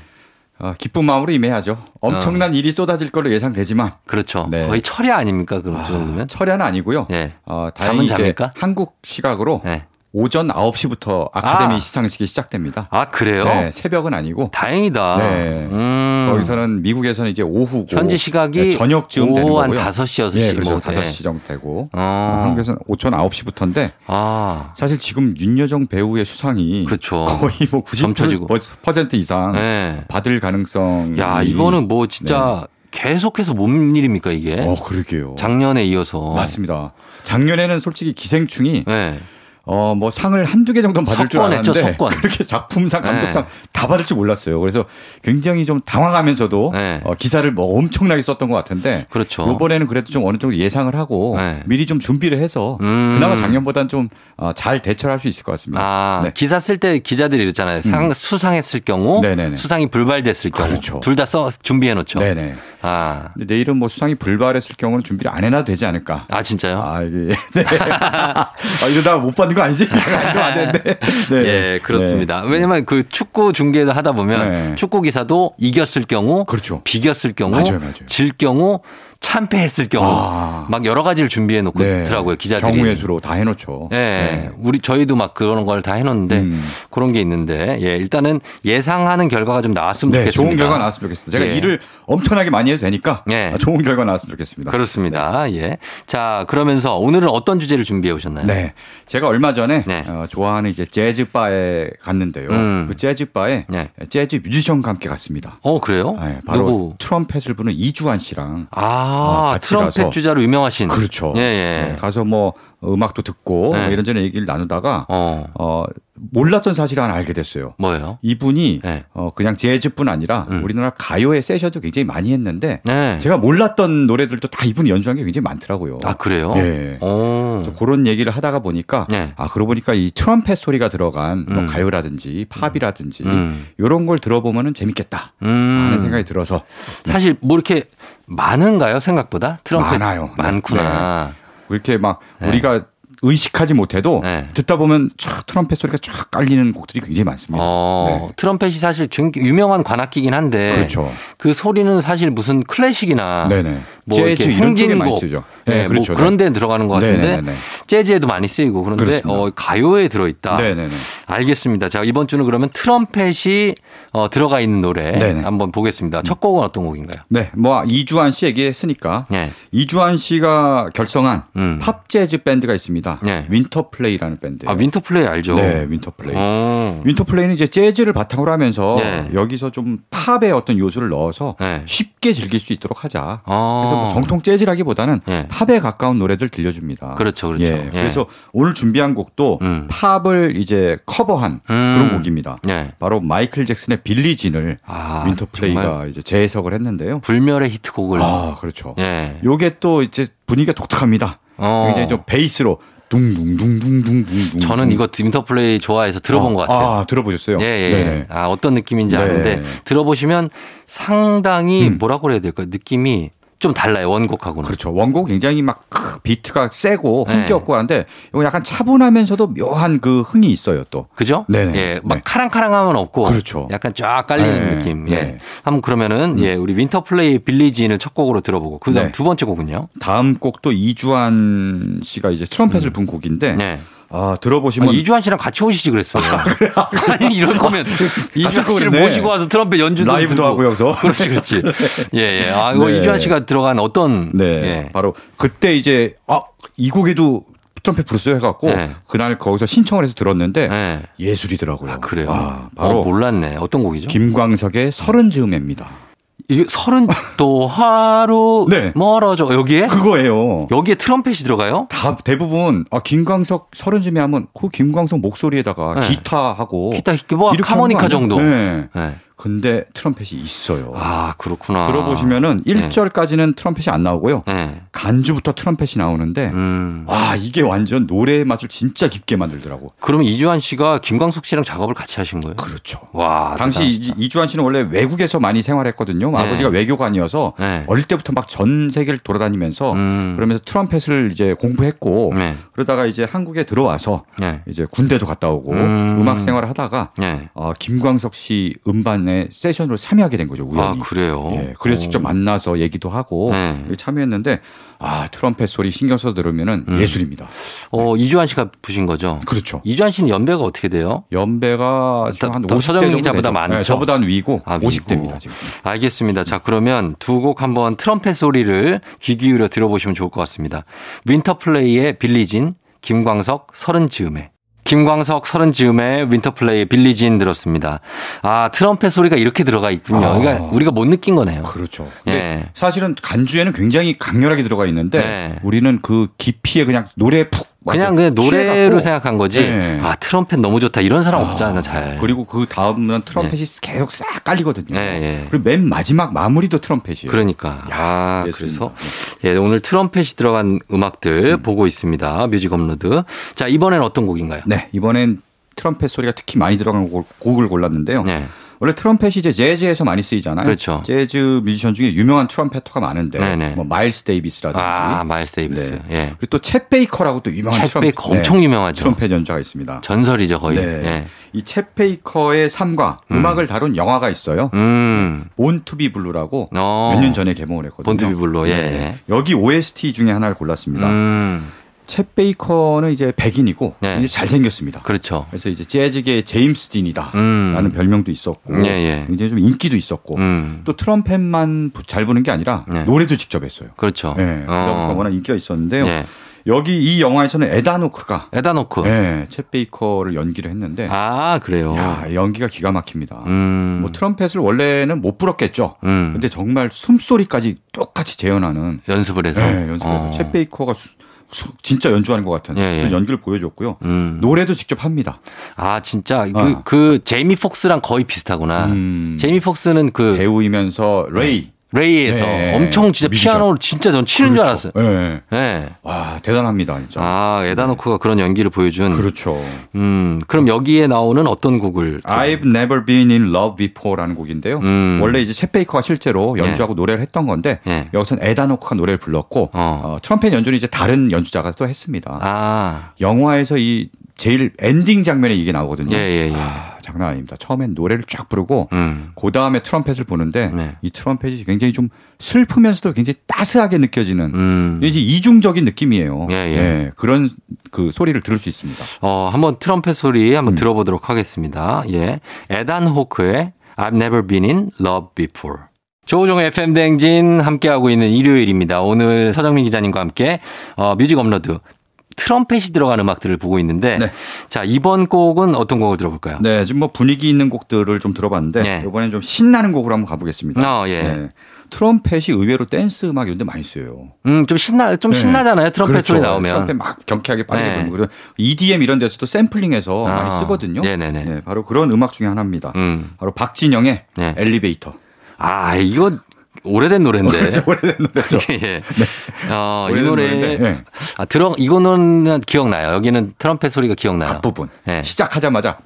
Speaker 1: 어.
Speaker 7: 어, 기쁜 마음으로 임해야죠. 엄청난 일이 쏟아질 걸로 예상되지만
Speaker 1: 그렇죠.
Speaker 7: 네.
Speaker 1: 거의 철야 아닙니까? 그런
Speaker 7: 아,
Speaker 1: 정도면.
Speaker 7: 철야는 아니고요.
Speaker 1: 예.
Speaker 7: 어,
Speaker 1: 잠은
Speaker 7: 다행히 이제
Speaker 1: 잡니까?
Speaker 7: 한국 시각으로
Speaker 1: 네.
Speaker 7: 오전 9시부터 아카데미
Speaker 1: 아.
Speaker 7: 시상식이 시작됩니다.
Speaker 1: 아, 그래요?
Speaker 7: 네, 새벽은 아니고
Speaker 1: 다행이다.
Speaker 7: 네.
Speaker 1: 음.
Speaker 7: 거기서는 미국에서는 이제 오후고
Speaker 1: 현지 시각이
Speaker 7: 네, 저녁쯤 되는
Speaker 1: 오후 한
Speaker 7: 거고요.
Speaker 1: 5시, 6시
Speaker 7: 네, 그렇죠.
Speaker 1: 뭐
Speaker 7: 5시 정도 되고
Speaker 1: 어.
Speaker 7: 한국에서는 오전 9시부터인데
Speaker 1: 아.
Speaker 7: 사실 지금 윤여정 배우의 수상이
Speaker 1: 그렇죠.
Speaker 7: 거의 뭐
Speaker 1: 점쳐지고.
Speaker 7: 90% 이상
Speaker 1: 네.
Speaker 7: 받을 가능성.
Speaker 1: 야, 이거는 뭐 진짜 계속해서 뭔 일입니까, 이게?
Speaker 7: 네. 어 그러게요.
Speaker 1: 작년에 이어서.
Speaker 7: 맞습니다. 작년에는 솔직히 기생충이
Speaker 1: 네.
Speaker 7: 어 뭐 상을 한두개 정도는 받을 줄
Speaker 1: 석권했죠,
Speaker 7: 알았는데
Speaker 1: 석권.
Speaker 7: [LAUGHS] 그렇게 작품상
Speaker 1: 네.
Speaker 7: 감독상 다 받을 줄 몰랐어요. 그래서 굉장히 좀 당황하면서도
Speaker 1: 네.
Speaker 7: 어, 기사를 뭐 엄청나게 썼던 것 같은데
Speaker 1: 그렇죠.
Speaker 7: 이번에는 그래도 좀 어느 정도 예상을 하고
Speaker 1: 네.
Speaker 7: 미리 좀 준비를 해서
Speaker 1: 음.
Speaker 7: 그나마 작년보다는 좀 어, 잘 대처를 할 수 있을 것 같습니다.
Speaker 1: 아,
Speaker 7: 네. 음.
Speaker 1: 기사 쓸 때 기자들이 이랬잖아요. 상, 수상했을 경우,
Speaker 7: 네네네.
Speaker 1: 수상이 불발됐을 경우,
Speaker 7: 그렇죠.
Speaker 1: 둘 다 써 준비해 놓죠.
Speaker 7: 네네.
Speaker 1: 아,
Speaker 7: 근데 내일은 뭐 수상이 불발했을 경우는 준비를 안 해놔도 되지 않을까.
Speaker 1: 아 진짜요?
Speaker 7: 아, 이게. 네. [LAUGHS] 아, 이러다가 못 받는 거 아니지? [LAUGHS] 이러면 안 되는데. 네.
Speaker 1: 예, 그렇습니다. 왜냐면 그 축구 중계도 하다 보면
Speaker 7: 네.
Speaker 1: 축구 기사도 이겼을 경우,
Speaker 7: 그렇죠.
Speaker 1: 비겼을 경우,
Speaker 7: 맞아요, 맞아요.
Speaker 1: 질 경우, 참패했을 경우
Speaker 7: 아.
Speaker 1: 막 여러 가지를 준비해 놓고
Speaker 7: 네.
Speaker 1: 있더라고요 기자들이.
Speaker 7: 경우의 수로 다 해놓죠.
Speaker 1: 예, 우리 저희도 막 그런 걸 다 해놓는데
Speaker 7: 음.
Speaker 1: 그런 게 있는데 예, 일단은 예상하는 결과가 좀 나왔으면
Speaker 7: 네,
Speaker 1: 좋겠습니다.
Speaker 7: 좋은 결과 나왔으면 좋겠습니다. 제가
Speaker 1: 예.
Speaker 7: 일을 엄청나게 많이 해도 되니까
Speaker 1: 네.
Speaker 7: 아, 좋은 결과 나왔으면 좋겠습니다.
Speaker 1: 그렇습니다. 예, 자 그러면서 오늘은 어떤 주제를 준비해 오셨나요?
Speaker 7: 네, 제가 얼마 전에
Speaker 1: 네.
Speaker 7: 어, 좋아하는 이제 재즈 바에 갔는데요.
Speaker 1: 음.
Speaker 7: 그 재즈 바에
Speaker 1: 네.
Speaker 7: 재즈 뮤지션과 함께 갔습니다.
Speaker 1: 어 그래요?
Speaker 7: 네, 바로
Speaker 1: 누구?
Speaker 7: 트럼펫을 부는 이주환 씨랑
Speaker 1: 아,
Speaker 7: 어,
Speaker 1: 아,
Speaker 7: 같이
Speaker 1: 트럼펫
Speaker 7: 가서.
Speaker 1: 주자로 유명하신.
Speaker 7: 그렇죠.
Speaker 1: 예, 예.
Speaker 7: 네, 가서 뭐 음악도 듣고 뭐
Speaker 1: 네.
Speaker 7: 이런저런 얘기를 나누다가 어.
Speaker 1: 어,
Speaker 7: 몰랐던 사실을 하나 알게 됐어요.
Speaker 1: 뭐예요?
Speaker 7: 이분이
Speaker 1: 네.
Speaker 7: 어, 그냥 재즈뿐 아니라
Speaker 1: 음.
Speaker 7: 우리나라 가요의 세션도 굉장히 많이 했는데
Speaker 1: 네.
Speaker 7: 제가 몰랐던 노래들도 다 이분이 연주한 게 굉장히 많더라고요.
Speaker 1: 아, 그래요? 어.
Speaker 7: 예.
Speaker 1: 오.
Speaker 7: 그래서 그런 얘기를 하다가 보니까
Speaker 1: 네.
Speaker 7: 아 그러고 보니까 이 트럼펫 소리가 들어간 뭐
Speaker 1: 음.
Speaker 7: 가요라든지 팝이라든지
Speaker 1: 음.
Speaker 7: 이런 걸 들어보면은 재밌겠다
Speaker 1: 음.
Speaker 7: 하는 생각이 들어서
Speaker 1: 사실 뭐 이렇게 많은가요? 생각보다? 트럼펫.
Speaker 7: 많아요. 네.
Speaker 1: 많구나.
Speaker 7: 이렇게 막
Speaker 1: 네.
Speaker 7: 우리가 의식하지 못해도
Speaker 1: 네.
Speaker 7: 듣다 보면 촥 트럼펫 소리가 촥 깔리는 곡들이 굉장히 많습니다.
Speaker 1: 어,
Speaker 7: 네.
Speaker 1: 트럼펫이 사실 굉- 유명한 관악기긴 한데.
Speaker 7: 그렇죠.
Speaker 1: 그 소리는 사실 무슨 클래식이나
Speaker 7: 네네.
Speaker 1: 뭐
Speaker 7: 재즈
Speaker 1: 이렇게
Speaker 7: 이런 쪽에 많이
Speaker 1: 행진곡.
Speaker 7: 쓰죠.
Speaker 1: 네,
Speaker 7: 네, 그렇죠.
Speaker 1: 뭐 그런 데 들어가는 것 같은데
Speaker 7: 네네네.
Speaker 1: 재즈에도 많이 쓰이고 그런데
Speaker 7: 그렇습니다.
Speaker 1: 어, 가요에 들어있다.
Speaker 7: 네네네.
Speaker 1: 알겠습니다. 자 이번 주는 그러면 트럼펫이 어, 들어가 있는 노래
Speaker 7: 네네.
Speaker 1: 한번 보겠습니다. 첫 곡은 어떤 곡인가요?
Speaker 7: 네, 뭐 이주환 씨 얘기했으니까
Speaker 1: 네.
Speaker 7: 이주환 씨가 결성한
Speaker 1: 음.
Speaker 7: 팝 재즈 밴드가 있습니다.
Speaker 1: 네.
Speaker 7: 윈터플레이라는 밴드.
Speaker 1: 아 윈터플레이 알죠?
Speaker 7: 네, 윈터플레이.
Speaker 1: 어.
Speaker 7: 윈터플레이는 이제 재즈를 바탕으로 하면서
Speaker 1: 네.
Speaker 7: 여기서 좀 팝의 어떤 요소를 넣어서
Speaker 1: 네.
Speaker 7: 쉽게 즐길 수 있도록 하자.
Speaker 1: 어.
Speaker 7: 그래서 뭐 정통 재즈라기보다는
Speaker 1: 네.
Speaker 7: 팝에 가까운 노래들 들려줍니다.
Speaker 1: 그렇죠, 그렇죠.
Speaker 7: 예,
Speaker 1: 예.
Speaker 7: 그래서 오늘 준비한 곡도
Speaker 1: 음.
Speaker 7: 팝을 이제 커버한
Speaker 1: 음.
Speaker 7: 그런 곡입니다.
Speaker 1: 네.
Speaker 7: 바로 마이클 잭슨의 빌리진을
Speaker 1: 아,
Speaker 7: 윈터플레이가
Speaker 1: 정말.
Speaker 7: 이제 재해석을 했는데요.
Speaker 1: 불멸의 히트곡을.
Speaker 7: 아, 그렇죠.
Speaker 1: 예.
Speaker 7: 요게 또 이제 분위기가 독특합니다.
Speaker 1: 어.
Speaker 7: 굉장히 좀 베이스로 둥둥둥둥둥둥둥.
Speaker 1: 저는 이거 윈터플레이 좋아해서 들어본
Speaker 7: 아,
Speaker 1: 것 같아요.
Speaker 7: 아, 들어보셨어요?
Speaker 1: 예, 예.
Speaker 7: 네네.
Speaker 1: 아, 어떤 느낌인지
Speaker 7: 네. 음.
Speaker 1: 아는데 들어보시면 상당히 뭐라고 해야 될까요? 느낌이 좀 달라요. 원곡하고는.
Speaker 7: 그렇죠. 원곡 굉장히 막 크, 비트가 세고 흥기
Speaker 1: 네.
Speaker 7: 없고 하는데 이거 약간 차분하면서도 묘한 그 흥이 있어요 또.
Speaker 1: 그죠?
Speaker 7: 네네.
Speaker 1: 예, 막
Speaker 7: 네.
Speaker 1: 카랑카랑함은 없고,
Speaker 7: 그렇죠.
Speaker 1: 약간 쫙 깔리는
Speaker 7: 네.
Speaker 1: 느낌. 예,
Speaker 7: 네.
Speaker 1: 한번 그러면은 예, 우리 윈터플레이 빌리진을 첫 곡으로 들어보고, 그다음
Speaker 7: 네.
Speaker 1: 두 번째 곡은요.
Speaker 7: 다음 곡도 이주환 씨가 이제 트럼펫을 분 곡인데
Speaker 1: 네.
Speaker 7: 아
Speaker 1: 아,
Speaker 7: 들어보시면
Speaker 1: 이주환 씨랑 같이 오시지 그랬어요.
Speaker 7: 아,
Speaker 1: [LAUGHS] 아니 이럴 거면 이주환 씨를
Speaker 7: 그러네.
Speaker 1: 모시고 와서 트럼펫 연주도
Speaker 7: 라이브도
Speaker 1: 듣고.
Speaker 7: 하고 여기서.
Speaker 1: [LAUGHS] 그렇지, 그렇지. 예, 예. 아, 이거
Speaker 7: [LAUGHS] 네.
Speaker 1: 이주환 씨가 들어간 어떤
Speaker 7: 네
Speaker 1: 예.
Speaker 7: 바로 그때 이제 아이 곡에도 트럼펫 불었어요 해갖고
Speaker 1: 네.
Speaker 7: 그날 거기서 신청을 해서 들었는데
Speaker 1: 네.
Speaker 7: 예술이더라고요.
Speaker 1: 아, 그래요.
Speaker 7: 아,
Speaker 1: 바로
Speaker 7: 바로
Speaker 1: 몰랐네. 어떤 곡이죠?
Speaker 7: 김광석의 서른 즈음입니다.
Speaker 1: 이게 서른 또 하루
Speaker 7: [LAUGHS] 네.
Speaker 1: 멀어져 여기에
Speaker 7: 그거예요.
Speaker 1: 여기에 트럼펫이 들어가요?
Speaker 7: 다 대부분 아 김광석 서른 즈음에 하면 그 김광석 목소리에다가
Speaker 1: 네.
Speaker 7: 기타하고
Speaker 1: 기타 뭐
Speaker 7: 어. 이렇게
Speaker 1: 하모니카
Speaker 7: 하는 거
Speaker 1: 정도.
Speaker 7: 아니에요? 네.
Speaker 1: 네.
Speaker 7: 근데 트럼펫이 있어요.
Speaker 1: 아 네. 그렇구나.
Speaker 7: 들어보시면은 1절까지는 트럼펫이 안 나오고요.
Speaker 1: 네.
Speaker 7: 간주부터 트럼펫이 나오는데
Speaker 1: 음.
Speaker 7: 와 이게 완전 노래의 맛을 진짜 깊게 만들더라고.
Speaker 1: 그러면 이주환 씨가 김광석 씨랑 작업을 같이 하신 거예요?
Speaker 7: 그렇죠.
Speaker 1: 와.
Speaker 7: 당시
Speaker 1: 아, 대단하시다.
Speaker 7: 이- 이주환 씨는 원래 외국에서 많이 생활했거든요.
Speaker 1: 네.
Speaker 7: 아버지가 외교관이어서
Speaker 1: 네.
Speaker 7: 어릴 때부터 막 전 세계를 돌아다니면서
Speaker 1: 음.
Speaker 7: 그러면서 트럼펫을 이제 공부했고
Speaker 1: 네.
Speaker 7: 그러다가 이제 한국에 들어와서
Speaker 1: 네.
Speaker 7: 이제 군대도 갔다 오고
Speaker 1: 음.
Speaker 7: 음. 악 생활을 하다가
Speaker 1: 네.
Speaker 7: 어, 김광석 씨 음반에 세션으로 참여하게 된 거죠
Speaker 1: 아
Speaker 7: 우연히.
Speaker 1: 그래요.
Speaker 7: 예, 그래서
Speaker 1: 오.
Speaker 7: 직접 만나서 얘기도 하고
Speaker 1: 네.
Speaker 7: 참여했는데 아 트럼펫 소리 신경 써 들으면은
Speaker 1: 음.
Speaker 7: 예술입니다.
Speaker 1: 어 이주환 씨가 부신 거죠?
Speaker 7: 그렇죠.
Speaker 1: 이주환 씨는 연배가 어떻게 돼요?
Speaker 7: 연배가 지금
Speaker 1: 더-
Speaker 7: 한
Speaker 1: 더
Speaker 7: 50대
Speaker 1: 서정민
Speaker 7: 정도
Speaker 1: 기자보다
Speaker 7: 되죠.
Speaker 1: 많죠?
Speaker 7: 네, 저보다는 위고
Speaker 1: 아, 위고.
Speaker 7: 50대입니다 지금.
Speaker 1: 알겠습니다. 자, 그러면 두 곡 한번 트럼펫 소리를 귀 기울여 들어보시면 좋을 것 같습니다. 윈터플레이의 빌리진, 김광석 서른 즈음에. 김광석 서른 즈음에 윈터플레이의 빌리진 들었습니다. 아, 트럼펫 소리가 이렇게 들어가 있군요. 그러니까 우리가 못 느낀 거네요.
Speaker 7: 아. 그렇죠.
Speaker 1: 예.
Speaker 7: 근데 사실은 간주에는 굉장히 강렬하게 들어가 있는데
Speaker 1: 네. 우리는
Speaker 7: 우리는 그 깊이에 그냥 노래에 푹
Speaker 1: 그냥 그냥 노래로 생각한 거지.
Speaker 7: 네.
Speaker 1: 아, 트럼펫 너무 좋다. 이런 사람 없잖아, 잘.
Speaker 7: 그리고 그 다음은 트럼펫이 계속 싹 깔리거든요.
Speaker 1: 네, 네.
Speaker 7: 그리고 맨 마지막 마무리도 트럼펫이에요.
Speaker 1: 그러니까. 아,
Speaker 7: 예술입니다.
Speaker 1: 그래서.
Speaker 7: 네.
Speaker 1: 예, 오늘 트럼펫이 들어간 음악들 보고 있습니다. 뮤직 업로드. 자, 이번엔 어떤 곡인가요?
Speaker 7: 네, 이번엔 트럼펫 소리가 특히 많이 들어간 곡- 곡을 골랐는데요.
Speaker 1: 네.
Speaker 7: 원래 트럼펫이 이제 재즈에서 많이 쓰이잖아요.
Speaker 1: 그렇죠.
Speaker 7: 재즈 뮤지션 중에 유명한 트럼펫터가 많은데
Speaker 1: 네네.
Speaker 7: 뭐 마일스 데이비스라든지
Speaker 1: 아, 마일스 데이비스.
Speaker 7: 네.
Speaker 1: 예.
Speaker 7: 그리고 또챗 베이커라고 또 유명한
Speaker 1: 챗
Speaker 7: 트럼펫
Speaker 1: 베이커 엄청 유명하죠.
Speaker 7: 트럼펫 연주가 있습니다.
Speaker 1: 전설이죠, 거의.
Speaker 7: 네.
Speaker 1: 예.
Speaker 7: 이챗 베이커의 삶과 음. 악을 다룬 영화가 있어요.
Speaker 1: 음.
Speaker 7: 본투비 블루라고
Speaker 1: 어.
Speaker 7: 네. 몇 년 전에 개봉을 했거든요.
Speaker 1: Born to be Blue, 예.
Speaker 7: 네. 여기 OST 중에 하나를 골랐습니다.
Speaker 1: 음.
Speaker 7: 챗 베이커는 이제 백인이고
Speaker 1: 네.
Speaker 7: 굉장히 잘생겼습니다.
Speaker 1: 그렇죠.
Speaker 7: 그래서 이제 재즈계의 제임스 딘이다.
Speaker 1: 음.
Speaker 7: 라는 별명도 있었고
Speaker 1: 예, 예.
Speaker 7: 굉장히 좀 인기도 있었고
Speaker 1: 음.
Speaker 7: 또 트럼펫만 부- 잘 부는 게 아니라
Speaker 1: 네.
Speaker 7: 노래도 직접 했어요.
Speaker 1: 그렇죠.
Speaker 7: 예. 그러다 보니까
Speaker 1: 어.
Speaker 7: 워낙 인기가 있었는데요.
Speaker 1: 예.
Speaker 7: 여기 이 영화에서는 에다노크가
Speaker 1: 에다노크.
Speaker 7: 예, 챗 베이커를 연기를 했는데
Speaker 1: 어. 아, 그래요.
Speaker 7: 야, 연기가 기가 막힙니다.
Speaker 1: 음.
Speaker 7: 뭐 트럼펫을 원래는 못 불었겠죠.
Speaker 1: 음.
Speaker 7: 근데 정말 숨소리까지 똑같이 재현하는
Speaker 1: 연습을 해서.
Speaker 7: 예, 연습에서
Speaker 1: 어.
Speaker 7: 챗 베이커가 수- 수- 진짜 연주하는 것 같은
Speaker 1: 예, 예.
Speaker 7: 그런 연기를 보여줬고요.
Speaker 1: 음.
Speaker 7: 노래도 직접 합니다.
Speaker 1: 아, 진짜. 그,
Speaker 7: 어.
Speaker 1: 그, 제이미 폭스랑 거의 비슷하구나.
Speaker 7: 음.
Speaker 1: 아, 제이미 폭스는 그,
Speaker 7: 배우이면서 레이
Speaker 1: 레이에서
Speaker 7: 네.
Speaker 1: 엄청 진짜
Speaker 7: 뮤지션.
Speaker 1: 피아노를 진짜 전 치는 줄 알았어요.
Speaker 7: 예, 예.
Speaker 1: 예.
Speaker 7: 와 대단합니다 진짜.
Speaker 1: 아, 에다노크가 그런 연기를 보여준.
Speaker 7: 음. 그렇죠.
Speaker 1: 음, 그럼 여기에 나오는 어떤 곡을?
Speaker 7: I've never been in love before라는 곡인데요.
Speaker 1: 음.
Speaker 7: 원래 이제 챗 베이커가 실제로 연주하고 노래를 했던 건데
Speaker 1: 예.
Speaker 7: 여기선 에다노크가 노래를 불렀고
Speaker 1: 어.
Speaker 7: 어, 트럼펫 연주는 이제 다른 연주자가 또 했습니다.
Speaker 1: 아,
Speaker 7: 영화에서 이 제일 엔딩 장면에 이게 나오거든요.
Speaker 1: 예, 예, 예.
Speaker 7: 아, 장난 아닙니다. 처음엔 노래를 쫙 부르고
Speaker 1: 음.
Speaker 7: 그 다음에 트럼펫을 보는데
Speaker 1: 네.
Speaker 7: 이 트럼펫이 굉장히 좀 슬프면서도 굉장히 따스하게 느껴지는
Speaker 1: 음.
Speaker 7: 이제 이중적인 느낌이에요.
Speaker 1: 예, 예.
Speaker 7: 그런 그 소리를 들을 수 있습니다.
Speaker 1: 어, 한번 트럼펫 소리 한번
Speaker 7: 음.
Speaker 1: 들어보도록 하겠습니다. 예. 에단 호크의 I've never been in love before. 조우종 FM 댕진 함께하고 있는 일요일입니다. 오늘 서정민 기자님과 함께 어, 뮤직 업로드 트럼펫이 들어간 음악들을 보고 있는데
Speaker 7: 네.
Speaker 1: 자, 이번 곡은 어떤 곡을 들어볼까요?
Speaker 7: 네, 지금 뭐 분위기 있는 곡들을 좀 들어봤는데
Speaker 1: 예.
Speaker 7: 이번엔 좀 신나는 곡으로 한번 가보겠습니다.
Speaker 1: 어, 예.
Speaker 7: 네. 트럼펫이 의외로 댄스 음악 이런 데 많이 쓰여요.
Speaker 1: 음, 좀 신나 좀
Speaker 7: 네.
Speaker 1: 신나잖아요. 트럼펫 소리
Speaker 7: 그렇죠.
Speaker 1: 나오면.
Speaker 7: 트럼펫 막 경쾌하게 빠르게
Speaker 1: 네.
Speaker 7: 부르고 그런 EDM 이런 데서도 샘플링해서
Speaker 1: 아.
Speaker 7: 많이 쓰거든요.
Speaker 1: 네네네.
Speaker 7: 예, 바로 그런 음악 중에 하나입니다.
Speaker 1: 음.
Speaker 7: 바로 박진영의
Speaker 1: 네.
Speaker 7: 엘리베이터.
Speaker 1: 아, 이거 오래된
Speaker 7: [LAUGHS]
Speaker 1: 노래인데.
Speaker 7: 오래된 노래죠.
Speaker 1: [LAUGHS]
Speaker 7: 네.
Speaker 1: 예. 어, 이
Speaker 7: 그렇죠. 오래된
Speaker 1: 노래
Speaker 7: 노래인데, 예.
Speaker 1: 아, 들어 이거는 기억나요. 여기는 트럼펫 소리가 기억나요.
Speaker 7: 앞부분
Speaker 1: 예.
Speaker 7: 시작하자마자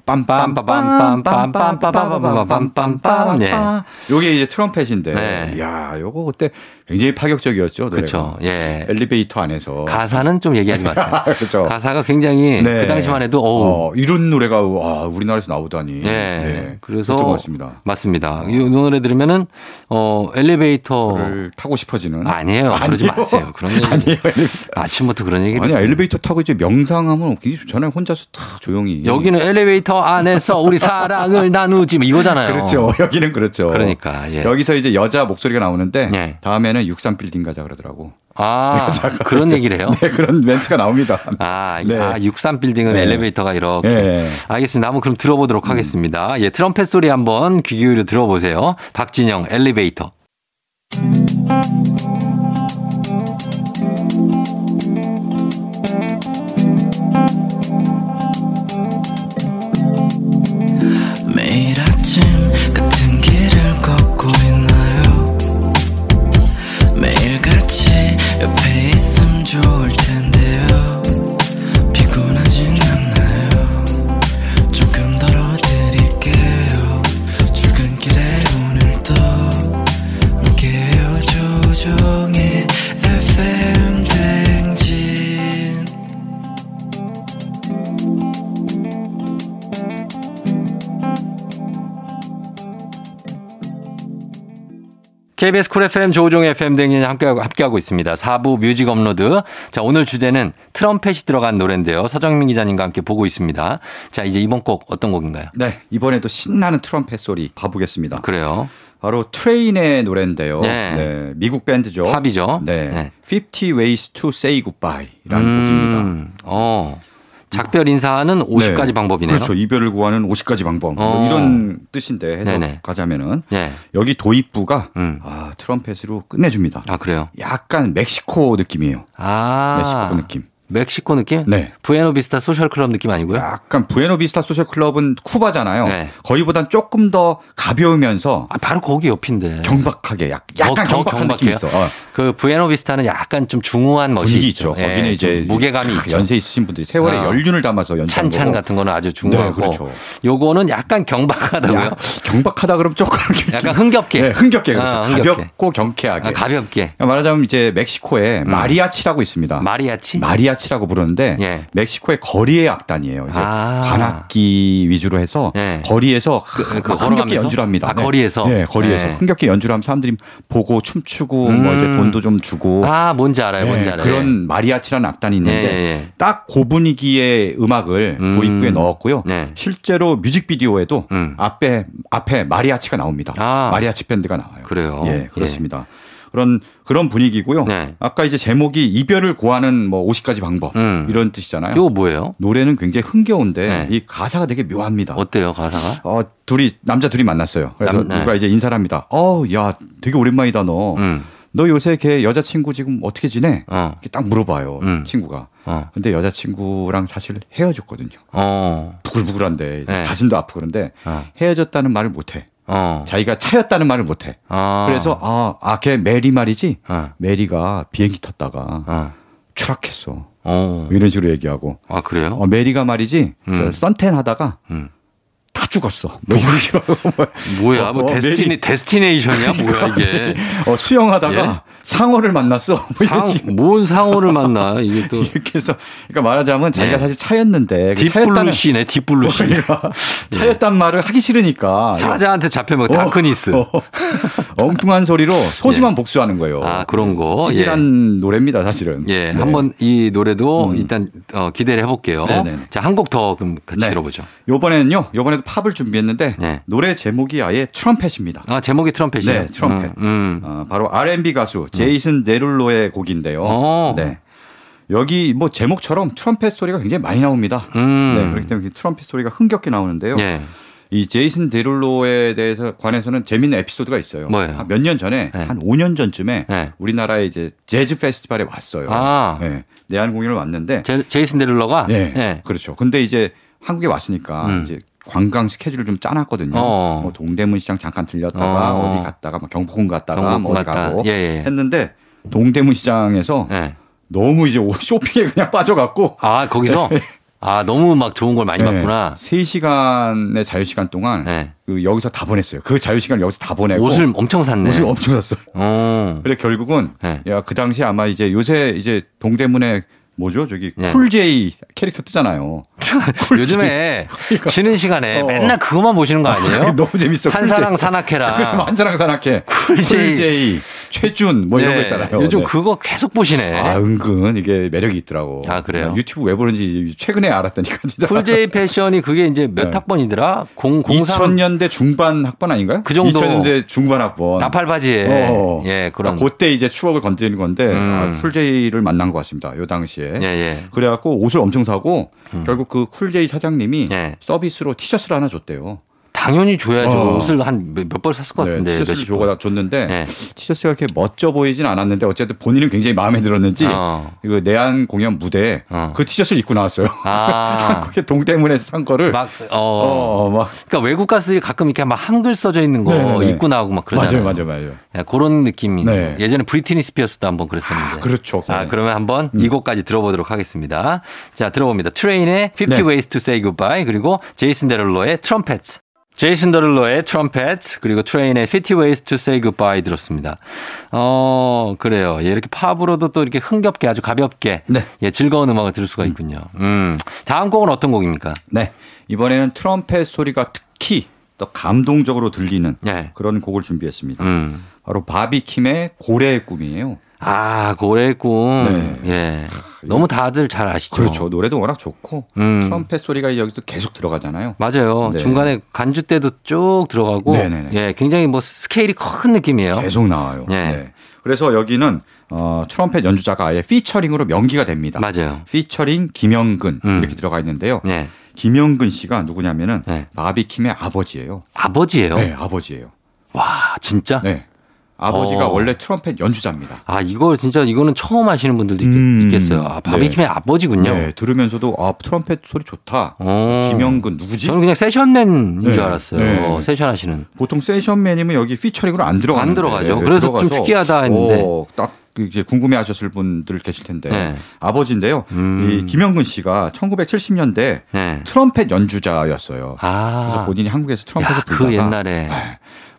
Speaker 1: 빰빰빰빰빰빰빰빰빰빰빰빰빰빰빰. 예.
Speaker 7: 빰빰빰빰빰빰빰빰빰빰빰빰빰 요게 이제 트럼펫인데
Speaker 1: 네.
Speaker 7: 야 요거 그때 굉장히 파격적이었죠 노래가.
Speaker 1: 그렇죠. 예.
Speaker 7: 엘리베이터 안에서
Speaker 1: 가사는 좀 얘기하지 마세요.
Speaker 7: 어. [LAUGHS] 그렇죠.
Speaker 1: 가사가 굉장히
Speaker 7: 네.
Speaker 1: 그 당시만 해도 어우.
Speaker 7: 어, 이런 노래가 와, 우리나라에서 나오다니
Speaker 1: 예.
Speaker 7: 네.
Speaker 1: 그래서
Speaker 7: 그것도 맞습니다
Speaker 1: 맞습니다. 이 노래 들으면은 어 엘리베이터
Speaker 7: 를 타고 싶어지는
Speaker 1: 아니에요. 그러지
Speaker 7: 아니에요.
Speaker 1: 마세요. 그런 얘기
Speaker 7: 아니에요.
Speaker 1: 아침부터 그런 얘기를
Speaker 7: 아니 엘리베이터 타고 이제 명상하면 굉장히 좋잖아요 혼자서 탁 조용히
Speaker 1: 여기는 엘리베이터 안에서 우리 사랑을 나누지 뭐 이거잖아요.
Speaker 7: 그렇죠 여기는 그렇죠
Speaker 1: 그러니까, 예.
Speaker 7: 여기서 이제 여자 목소리가 나오는데
Speaker 1: 예.
Speaker 7: 다음에는 63빌딩 가자 그러더라고
Speaker 1: 아, 그런 얘기를 해요?
Speaker 7: 네, 그런 멘트가 나옵니다.
Speaker 1: 아,
Speaker 7: 네.
Speaker 1: 아, 63빌딩은
Speaker 7: 네.
Speaker 1: 엘리베이터가 이렇게.
Speaker 7: 네. 음.
Speaker 1: 알겠습니다. 한번 그럼 들어보도록 하겠습니다. 예, 트럼펫 소리 한번 귀 기울여 들어보세요. 박진영, 엘리베이터.
Speaker 5: 매일 아침 같은 길을 걷고 있나요 매일 같이 옆에 있음 좋을 텐데요 피곤하진 않나요 조금 덜어드릴게요 출근길에 오늘도 함께해요 조종의 FM 댕진
Speaker 1: KBS 쿨 FM 조우종 FM 등이 함께하고, 함께하고 있습니다. 4부 뮤직 업로드. 자, 오늘 주제는 트럼펫이 들어간 노래인데요. 서정민 기자님과 함께 보고 있습니다. 자, 이제 이번 곡 어떤 곡인가요?
Speaker 7: 네, 이번에도 신나는 트럼펫 소리 가보겠습니다.
Speaker 1: 그래요.
Speaker 7: 바로 트레인의 노래인데요.
Speaker 1: 네.
Speaker 7: 네, 미국 밴드죠.
Speaker 1: 팝이죠.
Speaker 7: 네.
Speaker 1: 네.
Speaker 7: 50 Ways to Say Goodbye라는 곡입니다.
Speaker 1: 음, 어. 작별 인사는 50가지
Speaker 7: 네.
Speaker 1: 방법이네요.
Speaker 7: 그렇죠. 이별을 구하는 50가지 방법. 뭐
Speaker 1: 어.
Speaker 7: 이런 뜻인데
Speaker 1: 네네.
Speaker 7: 해석하자면은
Speaker 1: 예.
Speaker 7: 여기 도입부가
Speaker 1: 음.
Speaker 7: 아, 트럼펫으로 끝내줍니다.
Speaker 1: 아, 그래요.
Speaker 7: 약간 멕시코 느낌이에요.
Speaker 1: 아.
Speaker 7: 멕시코 느낌.
Speaker 1: 멕시코 느낌?
Speaker 7: 네.
Speaker 1: 부에노비스타 소셜 클럽 느낌 아니고요?
Speaker 7: 약간 부에노비스타 소셜 클럽은 쿠바잖아요.
Speaker 1: 네.
Speaker 7: 거기보단 조금 더 가벼우면서
Speaker 1: 아, 바로 거기 옆인데.
Speaker 7: 경박하게 약, 약간
Speaker 1: 네. 더- 더
Speaker 7: 경박한 느낌이
Speaker 1: 경박해요?
Speaker 7: 있어. 어,
Speaker 1: 그 부에노비스타는 약간 좀 중후한 멋이
Speaker 7: 분위기 있죠.
Speaker 1: 예,
Speaker 7: 거기는 이제
Speaker 1: 좀 무게감이
Speaker 7: 크,
Speaker 1: 있죠.
Speaker 7: 연세 있으신 분들이 세월의
Speaker 1: 아.
Speaker 7: 연륜을 담아서 연찬
Speaker 1: 찬찬 같은 거는 아주 중후하고.
Speaker 7: 네, 그렇죠.
Speaker 1: 요거는 약간 경박하다고요?
Speaker 7: 야, 경박하다 그러면 조금
Speaker 1: 약간 흥겹게.
Speaker 7: 네, 흥겹게 그렇죠.
Speaker 1: 아, 흥겹게.
Speaker 7: 가볍고 경쾌하게.
Speaker 1: 아, 음. 가볍게.
Speaker 7: 말하자면 이제 멕시코에 마리아치라고 있습니다.
Speaker 1: 마리아치?
Speaker 7: 마리아치라고 부르는데
Speaker 1: 예.
Speaker 7: 멕시코의 거리의 악단이에요. 이제
Speaker 1: 아.
Speaker 7: 관악기 위주로 해서
Speaker 1: 예.
Speaker 7: 거리에서
Speaker 1: 그
Speaker 7: 막 흥겹게
Speaker 1: 걸어가면서?
Speaker 7: 연주를 합니다.
Speaker 1: 아, 거리에서?
Speaker 7: 네, 거리에서
Speaker 1: 예.
Speaker 7: 흥겹게 연주를 하면 사람들이 보고 춤추고 뭐 이제
Speaker 1: 음.
Speaker 7: 돈도 좀 주고
Speaker 1: 아, 뭔지 알아요,
Speaker 7: 예,
Speaker 1: 뭔지 알아요.
Speaker 7: 그런 마리아치라는 악단이
Speaker 1: 예,
Speaker 7: 있는데
Speaker 1: 예.
Speaker 7: 딱 그 분위기의 음악을 그
Speaker 1: 음.
Speaker 7: 도입부에 넣었고요.
Speaker 1: 네.
Speaker 7: 실제로 뮤직비디오에도
Speaker 1: 음.
Speaker 7: 앞에 앞에 마리아치가 나옵니다.
Speaker 1: 아.
Speaker 7: 마리아치 밴드가 나와요.
Speaker 1: 그래요? 예.
Speaker 7: 예, 그렇습니다. 그런 그런 분위기고요.
Speaker 1: 네.
Speaker 7: 아까 이제 제목이 이별을 고하는 뭐 50가지 방법
Speaker 1: 음.
Speaker 7: 이런 뜻이잖아요.
Speaker 1: 이거 뭐예요?
Speaker 7: 노래는 굉장히 흥겨운데
Speaker 1: 네.
Speaker 7: 이 가사가 되게 묘합니다.
Speaker 1: 어때요 가사가?
Speaker 7: 어, 둘이 남자 둘이 만났어요. 그래서
Speaker 1: 남- 네.
Speaker 7: 누가 이제 인사를 합니다. 어, 야, 되게 오랜만이다 너.
Speaker 1: 음.
Speaker 7: 너 요새 걔 여자친구 지금 어떻게 지내?
Speaker 1: 어.
Speaker 7: 이렇게 딱 물어봐요.
Speaker 1: 음.
Speaker 7: 친구가.
Speaker 1: 어.
Speaker 7: 근데 여자친구랑 사실 헤어졌거든요.
Speaker 1: 어.
Speaker 7: 부글부글한데 이제
Speaker 1: 네.
Speaker 7: 가슴도 아프고 그런데
Speaker 1: 어.
Speaker 7: 헤어졌다는 말을 못해.
Speaker 1: 어.
Speaker 7: 자기가 차였다는 말을 못해.
Speaker 1: 아.
Speaker 7: 그래서 아, 아, 걔 메리 말이지.
Speaker 1: 어.
Speaker 7: 메리가 비행기 탔다가
Speaker 1: 어.
Speaker 7: 추락했어.
Speaker 1: 어.
Speaker 7: 뭐 이런 식으로 얘기하고.
Speaker 1: 아 그래요?
Speaker 7: 어, 메리가 말이지. 저
Speaker 1: 음.
Speaker 7: 썬텐 하다가
Speaker 1: 음.
Speaker 7: 다 죽었어. 뭐 이런 식으로.
Speaker 1: 뭐야? 뭐
Speaker 7: 어,
Speaker 1: 데스티니
Speaker 7: 메리.
Speaker 1: 데스티네이션이야? 뭐야
Speaker 7: [LAUGHS]
Speaker 1: 이게?
Speaker 7: 어, 수영하다가 상어를 만났어. 뭐 이런 식으로.
Speaker 1: 예? 상, 뭔 상호를 만나? 이게 또
Speaker 7: 이렇게 해서 그러니까 말하자면 자기가
Speaker 1: 네.
Speaker 7: 사실 차였는데 그 차였다는
Speaker 1: 딥블루시네. 딥블루시.
Speaker 7: 그러니까 [LAUGHS] 차였단 말을 하기 싫으니까
Speaker 1: 어, 예. 사자한테 잡혀먹
Speaker 7: 아, 예. 어,
Speaker 1: 다크니스.
Speaker 7: 어, 엉뚱한 소리로 소심한 복수하는 거예요.
Speaker 1: 아, 그런 거.
Speaker 7: 찌질한 노래입니다, 사실은.
Speaker 1: 예,
Speaker 7: 네. 음.
Speaker 1: 한번 이 노래도 일단 어, 기대를 해볼게요.
Speaker 7: 네네네.
Speaker 1: 자, 한 곡 더 그럼 같이
Speaker 7: 네.
Speaker 1: 들어보죠.
Speaker 7: 요번에는요. 요번에도 팝을 준비했는데
Speaker 1: 네.
Speaker 7: 노래 제목이 아예 트럼펫입니다.
Speaker 1: 아, 제목이 트럼펫이요.
Speaker 7: 네, 트럼펫.
Speaker 1: 음, 음.
Speaker 7: 어, 바로 R&B 가수 제이슨 데룰로의 곡인데요.
Speaker 1: 어.
Speaker 7: 네. 여기 뭐 제목처럼 트럼펫 소리가 굉장히 많이 나옵니다.
Speaker 1: 음.
Speaker 7: 네, 그렇죠. 그렇기 때문에 트럼펫 소리가 흥겹게 나오는데요.
Speaker 1: 예.
Speaker 7: 이 제이슨 데룰로에 대해서 관해서는 재밌는 에피소드가 있어요.
Speaker 1: 뭐예요?
Speaker 7: 몇 년 전에
Speaker 1: 네.
Speaker 7: 한 5년 전쯤에
Speaker 1: 네.
Speaker 7: 우리나라에 이제 재즈 페스티벌에 왔어요.
Speaker 1: 아.
Speaker 7: 네, 내한 공연을 왔는데
Speaker 1: 제, 제이슨 데룰러가
Speaker 7: 네,
Speaker 1: 예.
Speaker 7: 그렇죠. 근데 이제 한국에 왔으니까
Speaker 1: 음.
Speaker 7: 이제 관광 스케줄을 좀 짜놨거든요.
Speaker 1: 어어.
Speaker 7: 뭐 동대문 시장 잠깐 들렸다가
Speaker 1: 어어.
Speaker 7: 어. 디 갔다가 막 경복궁 갔다가
Speaker 1: 경복궁
Speaker 7: 뭐 어디
Speaker 1: 갔다.
Speaker 7: 가고
Speaker 1: 예, 예.
Speaker 7: 했는데 동대문 시장에서
Speaker 1: 예.
Speaker 7: 너무 이제 옷 [LAUGHS] 쇼핑에 그냥 빠져갖고
Speaker 1: 아, 거기서
Speaker 7: 네.
Speaker 1: 아, 너무 막 좋은 걸 많이 봤구나.
Speaker 7: 예. 3시간의 자유시간 동안
Speaker 1: 네.
Speaker 7: 그 여기서 다 보냈어요. 그 자유시간을 여기서 다 보내고
Speaker 1: 옷을 엄청 샀네.
Speaker 7: 옷을 엄청 샀어요. [LAUGHS]
Speaker 1: 어.
Speaker 7: 그래 결국은
Speaker 1: 네.
Speaker 7: 야 그 당시에 아마 이제 요새 이제 동대문에 뭐죠 저기
Speaker 1: 네.
Speaker 7: 쿨제이 캐릭터 뜨잖아요.
Speaker 1: 요즘에 쉬는 시간에
Speaker 7: 어.
Speaker 1: 맨날 그것만 보시는 거 아니에요?
Speaker 7: [LAUGHS] 너무 재밌어.
Speaker 1: 한사랑
Speaker 7: [LAUGHS]
Speaker 1: 예.
Speaker 7: 그럼
Speaker 1: 산악회랑
Speaker 7: 한사랑 산악회
Speaker 1: 쿨제이.
Speaker 7: 쿨제이, 최준 뭐 이런
Speaker 1: 네,
Speaker 7: 거 있잖아요.
Speaker 1: 요즘
Speaker 7: 네.
Speaker 1: 그거 계속
Speaker 7: 아
Speaker 1: 보시네.
Speaker 7: 은근 이게 매력이 있더라고. 네,
Speaker 1: 아, 그래요?
Speaker 7: 유튜브 왜 보는지 최근에 알았다니까. 진짜.
Speaker 1: [LAUGHS] 쿨제이 패션이 그게 이제 몇
Speaker 7: 네.
Speaker 1: 학번이더라? 0 0 3
Speaker 7: 2000년대 중반 학번 아닌가요?
Speaker 1: 그 정도.
Speaker 7: 2000년대 중반 학번.
Speaker 1: 나팔바지에
Speaker 7: 어.
Speaker 1: 예 그런
Speaker 7: 그러니까 그때 이제 추억을 건드리는 건데
Speaker 1: 음.
Speaker 7: 아, 쿨제이를 만난 것 같습니다. 요 당시에.
Speaker 1: 예예 음.
Speaker 7: 그래갖고 옷을 엄청 사고 결국 그 쿨제이 사장님이
Speaker 1: 예.
Speaker 7: 서비스로 티셔츠를 하나 줬대요.
Speaker 1: 당연히 줘야죠
Speaker 7: 어.
Speaker 1: 옷을 한 몇 벌 샀을 것
Speaker 7: 네,
Speaker 1: 같은데
Speaker 7: 티셔츠를
Speaker 1: 몇십
Speaker 7: 줘, 줬는데
Speaker 1: 어, 예.
Speaker 7: 티셔츠가 이렇게 멋져 보이진 않았는데 어쨌든 본인은 굉장히 마음에 들었는지
Speaker 1: 어.
Speaker 7: 그 내한 공연 무대에
Speaker 1: 어.
Speaker 7: 그 티셔츠를 입고 나왔어요.
Speaker 1: 아막
Speaker 7: [LAUGHS] 그게 동대문에서 산 거를 어,
Speaker 1: 어.
Speaker 7: 어, 막
Speaker 1: 그러니까 외국 가수들이 가끔 이렇게 막 한글 써져 있는 거
Speaker 7: 네네네.
Speaker 1: 입고 나오고 막
Speaker 7: 맞아요,
Speaker 1: 그러잖아요.
Speaker 7: 맞아요, 맞아요.
Speaker 1: 예, 그런 느낌이
Speaker 7: 네.
Speaker 1: 예전에 브리트니 스피어스도 한번 그랬었는데.
Speaker 7: 아, 그렇죠.
Speaker 1: 아, 그러면 한번 이 곡까지 들어보도록 하겠습니다. 자, 들어봅니다. 트레인의 50
Speaker 7: 네.
Speaker 1: Ways to Say Goodbye 그리고 제이슨 데룰로의 트럼펫. 제이슨 데룰로의 트럼펫 그리고 트레인의 50 Ways to Say Goodbye 들었습니다. 어, 그래요. 예, 이렇게 팝으로도 또 이렇게 흥겹게 아주 가볍게
Speaker 7: 네.
Speaker 1: 예, 즐거운 음악을 들을 수가 있군요. 음. 다음 곡은 어떤 곡입니까?
Speaker 7: 네 이번에는 트럼펫 소리가 특히 더 감동적으로 들리는
Speaker 1: 네.
Speaker 7: 그런 곡을 준비했습니다.
Speaker 1: 음.
Speaker 7: 바로 바비킴의 고래의 꿈이에요.
Speaker 1: 아, 고래의 꿈.
Speaker 7: 네.
Speaker 1: 예. 너무 다들 잘 아시죠?
Speaker 7: 그렇죠. 노래도 워낙 좋고
Speaker 1: 음.
Speaker 7: 트럼펫 소리가 여기서 계속 들어가잖아요.
Speaker 1: 맞아요.
Speaker 7: 네.
Speaker 1: 중간에 간주 때도 쭉 들어가고
Speaker 7: 네네네.
Speaker 1: 예, 굉장히 뭐 스케일이 큰 느낌이에요.
Speaker 7: 계속 나와요.
Speaker 1: 예.
Speaker 7: 네. 그래서 여기는 어, 트럼펫 연주자가 아예 피처링으로 명기가 됩니다.
Speaker 1: 맞아요.
Speaker 7: 피처링 김영근
Speaker 1: 음.
Speaker 7: 이렇게 들어가 있는데요.
Speaker 1: 예.
Speaker 7: 김영근 씨가 누구냐면은
Speaker 1: 네.
Speaker 7: 바비킴의 아버지예요.
Speaker 1: 아버지예요.
Speaker 7: 네, 아버지예요.
Speaker 1: 와, 진짜?
Speaker 7: 네. 아버지가
Speaker 1: 어.
Speaker 7: 원래 트럼펫 연주자입니다.
Speaker 1: 아, 이걸 진짜 이거는 처음 아시는 분들도 있,
Speaker 7: 음.
Speaker 1: 겠어요 아, 바비킴의 아버지군요.
Speaker 7: 네, 들으면서도 아 트럼펫 소리 좋다.
Speaker 1: 음. 어.
Speaker 7: 김영근 누구지?
Speaker 1: 저는 그냥 세션맨인
Speaker 7: 네.
Speaker 1: 줄 알았어요.
Speaker 7: 네.
Speaker 1: 어, 세션 하시는.
Speaker 7: 보통 세션맨이면 여기 피처링으로 안 네, 들어가
Speaker 1: 안 들어가죠. 그래서 좀 특이하다 했는데.
Speaker 7: 어, 딱 이제 궁금해하셨을 분들 계실 텐데
Speaker 1: 네.
Speaker 7: 아버지인데요.
Speaker 1: 음.
Speaker 7: 이 김영근 씨가 1970년대
Speaker 1: 네.
Speaker 7: 트럼펫 연주자였어요. 그래서
Speaker 1: 아.
Speaker 7: 본인이 한국에서 트럼펫을
Speaker 1: 야, 그
Speaker 7: 불다가 네.
Speaker 1: 옛날에.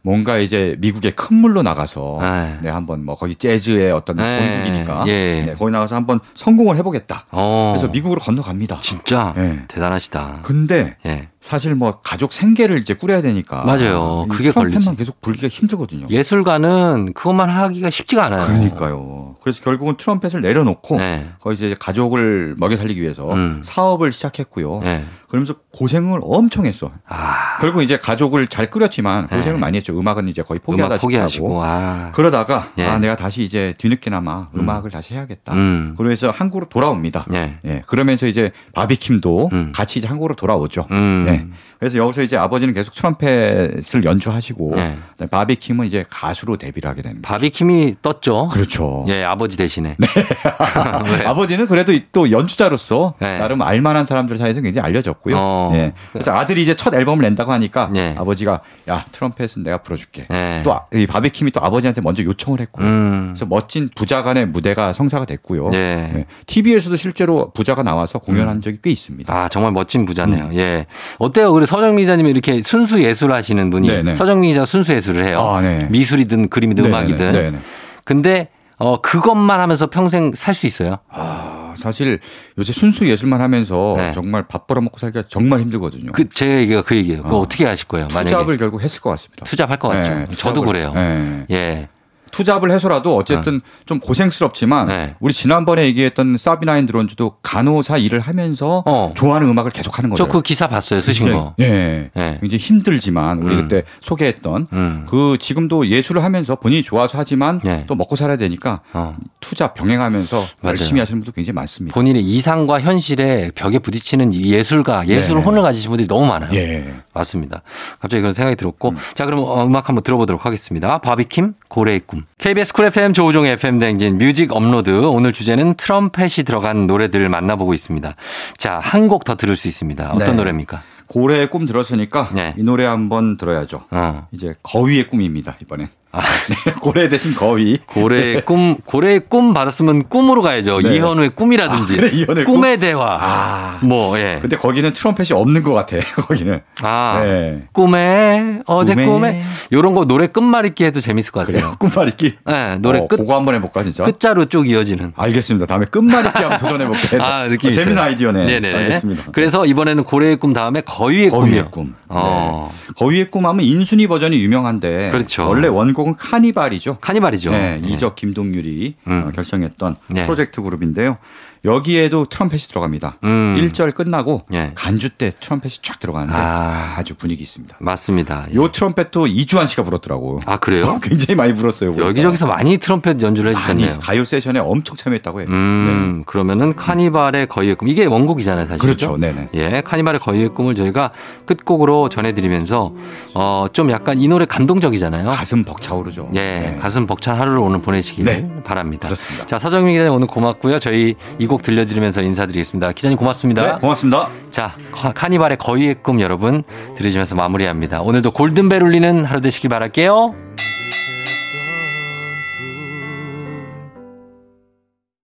Speaker 7: 뭔가 이제 미국의 큰 물로 나가서
Speaker 1: 네.
Speaker 7: 네. 한번 뭐 거기 재즈의 어떤
Speaker 1: 네.
Speaker 7: 본국이니까
Speaker 1: 예.
Speaker 7: 네, 거기 나가서 한번 성공을 해보겠다.
Speaker 1: 어.
Speaker 7: 그래서 미국으로 건너갑니다.
Speaker 1: 진짜
Speaker 7: 네.
Speaker 1: 대단하시다.
Speaker 7: 근데
Speaker 1: 예.
Speaker 7: 사실 뭐 가족 생계를 이제 꾸려야 되니까
Speaker 1: 맞아요.
Speaker 7: 이
Speaker 1: 그게
Speaker 7: 트럼펫만
Speaker 1: 걸리지. 예.
Speaker 7: 계속 불기가 힘들거든요.
Speaker 1: 예술가는 그것만 하기가 쉽지가 않아요.
Speaker 7: 그러니까요. 그래서 결국은 트럼펫을 내려놓고
Speaker 1: 네.
Speaker 7: 거의 이제 가족을 먹여 살리기 위해서
Speaker 1: 음.
Speaker 7: 사업을 시작했고요.
Speaker 1: 예.
Speaker 7: 그러면서 고생을 엄청 했어.
Speaker 1: 아.
Speaker 7: 결국 이제 가족을 잘 끓였지만 고생을
Speaker 1: 네.
Speaker 7: 많이 했죠. 음악은 이제 거의
Speaker 1: 음악
Speaker 7: 포기하다 싶다고.
Speaker 1: 포기하시고 아.
Speaker 7: 그러다가
Speaker 1: 예.
Speaker 7: 아 내가 다시 이제 뒤늦게나마
Speaker 1: 음.
Speaker 7: 음악을 다시 해야겠다.
Speaker 1: 음.
Speaker 7: 그러면서 한국으로 돌아옵니다.
Speaker 1: 예.
Speaker 7: 예, 그러면서 이제 바비킴도
Speaker 1: 음.
Speaker 7: 같이 이제 한국으로 돌아오죠.
Speaker 1: 음.
Speaker 7: 예. 그래서 여기서 이제 아버지는 계속 트럼펫을 연주하시고
Speaker 1: 예.
Speaker 7: 그다음에 바비킴은 이제 가수로 데뷔를 하게 됩니다.
Speaker 1: 바비킴이 떴죠.
Speaker 7: 그렇죠.
Speaker 1: 예, 아버지 대신에. [LAUGHS] 네.
Speaker 7: 아버지는 그래도 이- 또 연주자로서
Speaker 1: 네.
Speaker 7: 나름 알만한 사람들 사이에서 굉장히 알려졌고요.
Speaker 1: 어.
Speaker 7: 예. 그래서 아들이 이제 첫 앨범을 낸다고 하니까
Speaker 1: 네.
Speaker 7: 아버지가 야 트럼펫은 내가 불어줄게.
Speaker 1: 네.
Speaker 7: 또 아, 이 바비킴이 또 아버지한테 먼저 요청을 했고. 요
Speaker 1: 음.
Speaker 7: 그래서 멋진 부자간의 무대가 성사가 됐고요.
Speaker 1: 네.
Speaker 7: TV에서도 실제로 부자가 나와서 공연한 적이 꽤 있습니다.
Speaker 1: 아, 정말 멋진 부자네요.
Speaker 7: 음.
Speaker 1: 예. 어때요? 그래 서정민 기자님이 이렇게 순수 예술 하시는 분이
Speaker 7: 네네.
Speaker 1: 서정민 기자 순수 예술을 해요.
Speaker 7: 아, 네.
Speaker 1: 미술이든 그림이든 음악이든.
Speaker 7: 네네, 네네.
Speaker 1: 근데 어 그것만 하면서 평생 살 수 있어요.
Speaker 7: 아, 사실 요새 순수 예술만 하면서
Speaker 1: 네.
Speaker 7: 정말 밥 벌어먹고 살기가 정말 힘들거든요.
Speaker 1: 그 제 얘기가 그 얘기예요. 그거
Speaker 7: 어.
Speaker 1: 어. 떻게 하실 거예요? 만약에
Speaker 7: 투잡을 결국 했을 것 같습니다.
Speaker 1: 투잡할 것 같죠.
Speaker 7: 네,
Speaker 1: 저도
Speaker 7: 투잡을-
Speaker 1: 그래요.
Speaker 7: 네.
Speaker 1: 예.
Speaker 7: 투잡을 해서라도 어쨌든 좀 고생스럽지만
Speaker 1: 네.
Speaker 7: 우리 지난번에 얘기했던 사비나인 드론즈도 간호사 일을 하면서
Speaker 1: 어.
Speaker 7: 좋아하는 음악을 계속하는 거죠.
Speaker 1: 저 그 기사 봤어요. 쓰신
Speaker 7: 굉장히-
Speaker 1: 거.
Speaker 7: 예.
Speaker 1: 예.
Speaker 7: 굉장히 힘들지만 우리
Speaker 1: 음.
Speaker 7: 그때 소개했던
Speaker 1: 음.
Speaker 7: 그 지금도 예술을 하면서 본인이 좋아서 하지만
Speaker 1: 네.
Speaker 7: 또 먹고 살아야 되니까
Speaker 1: 어.
Speaker 7: 투잡 병행하면서
Speaker 1: 맞아요.
Speaker 7: 열심히 하시는 분도 굉장히 많습니다.
Speaker 1: 예. 본인의 이상과 현실에 벽에 부딪히는 이 예술가, 예술
Speaker 7: 네.
Speaker 1: 혼을 가지신 분들이 너무 많아요.
Speaker 7: 예.
Speaker 1: 맞습니다. 갑자기 그런 생각이 들었고. 자, 그럼 어, 음악 한번 들어보도록 하겠습니다. 바비킴, 고래의 꿈. KBS 쿨 FM 조우종 FM 댕진 뮤직 업로드. 오늘 주제는 트럼펫이 들어간 노래들을 만나보고 있습니다. 자, 한 곡 더 들을 수 있습니다. 어떤
Speaker 7: 네.
Speaker 1: 노래입니까?
Speaker 7: 고래의 꿈 들었으니까
Speaker 1: 네.
Speaker 7: 이 노래 한번 들어야죠.
Speaker 1: 어.
Speaker 7: 이제 거위의 꿈입니다 이번엔. [LAUGHS] 네, 고래 대신 거위.
Speaker 1: 아.
Speaker 7: [LAUGHS]
Speaker 1: 고래의 꿈, 고래의 꿈 받았으면 꿈으로 가야죠.
Speaker 7: 네.
Speaker 1: 이현우의 꿈이라든지.
Speaker 7: 아, 그래, 이현우의 꿈?
Speaker 1: 의 대화.
Speaker 7: 아.
Speaker 1: 뭐, 예.
Speaker 7: 근데 거기는 트럼펫이 없는 것 같아. [LAUGHS] 거기는.
Speaker 1: 아.
Speaker 7: 네.
Speaker 1: 꿈에, 어제
Speaker 7: 꿈에.
Speaker 1: 꿈에. 요런 거 노래 끝말잇기 해도 재밌을 것 같아요.
Speaker 7: 그래요. [LAUGHS] 끝말잇기.
Speaker 1: 예, 노래
Speaker 7: 어,
Speaker 1: 끝,
Speaker 7: 그거 한번 해볼까 진짜.
Speaker 1: 끝자로 쭉 이어지는.
Speaker 7: 알겠습니다. 다음에 끝말잇기 한번 도전해볼게요.
Speaker 1: 아, 느낌
Speaker 7: 어,
Speaker 1: 있어요.
Speaker 7: 재밌는 아이디어네.
Speaker 1: 네네네.
Speaker 7: 알겠습니다.
Speaker 1: 그래서 이번에는 고래의 꿈 다음에 거위의
Speaker 7: 거위의
Speaker 1: 꿈이요.
Speaker 7: 꿈.
Speaker 1: 어.
Speaker 7: 네. 거위의 꿈 하면 인순이 버전이 유명한데
Speaker 1: 그렇죠.
Speaker 7: 원래 원곡은 카니발이죠.
Speaker 1: 카니발이죠.
Speaker 7: 네,
Speaker 1: 예.
Speaker 7: 이적 김동률이
Speaker 1: 음.
Speaker 7: 어, 결성했던
Speaker 1: 네.
Speaker 7: 프로젝트 그룹인데요. 여기에도 트럼펫이 들어갑니다.
Speaker 1: 음.
Speaker 7: 1절 끝나고
Speaker 1: 예.
Speaker 7: 간주 때 트럼펫이 쫙 들어가는데
Speaker 1: 아.
Speaker 7: 아. 주 분위기 있습니다.
Speaker 1: 맞습니다. 예.
Speaker 7: 요 트럼펫도 이주환 씨가 불었더라고.
Speaker 1: 아, 그래요?
Speaker 7: 굉장히 많이 불었어요. 보니까.
Speaker 1: 여기저기서 많이 트럼펫 연주를
Speaker 7: 네. 많이
Speaker 1: 해주셨네요.
Speaker 7: 가요 세션에 엄청 참여했다고 해요.
Speaker 1: 음, 그러면은 카니발의 거위의 꿈. 이게 원곡이잖아요, 사실.
Speaker 7: 그렇죠. 네네.
Speaker 1: 예, 카니발의 거위의 꿈을 저희가 끝곡으로 전해드리면서, 어, 좀 약간 이 노래 감동적이잖아요.
Speaker 7: 네. 가슴 벅차오르죠.
Speaker 1: 예,
Speaker 7: 네.
Speaker 1: 가슴 벅찬 하루를 오늘 보내시길
Speaker 7: 네.
Speaker 1: 바랍니다.
Speaker 7: 그렇습니다.
Speaker 1: 자, 서정민 기자님 오늘 고맙고요. 저희 이 곡 들려드리면서 인사드리겠습니다. 기자님 고맙습니다.
Speaker 7: 네, 고맙습니다.
Speaker 1: 자, 카- 카니발의 거위의 꿈 여러분 들으시면서 마무리합니다. 오늘도 골든벨 울리는 하루 되시길 바랄게요.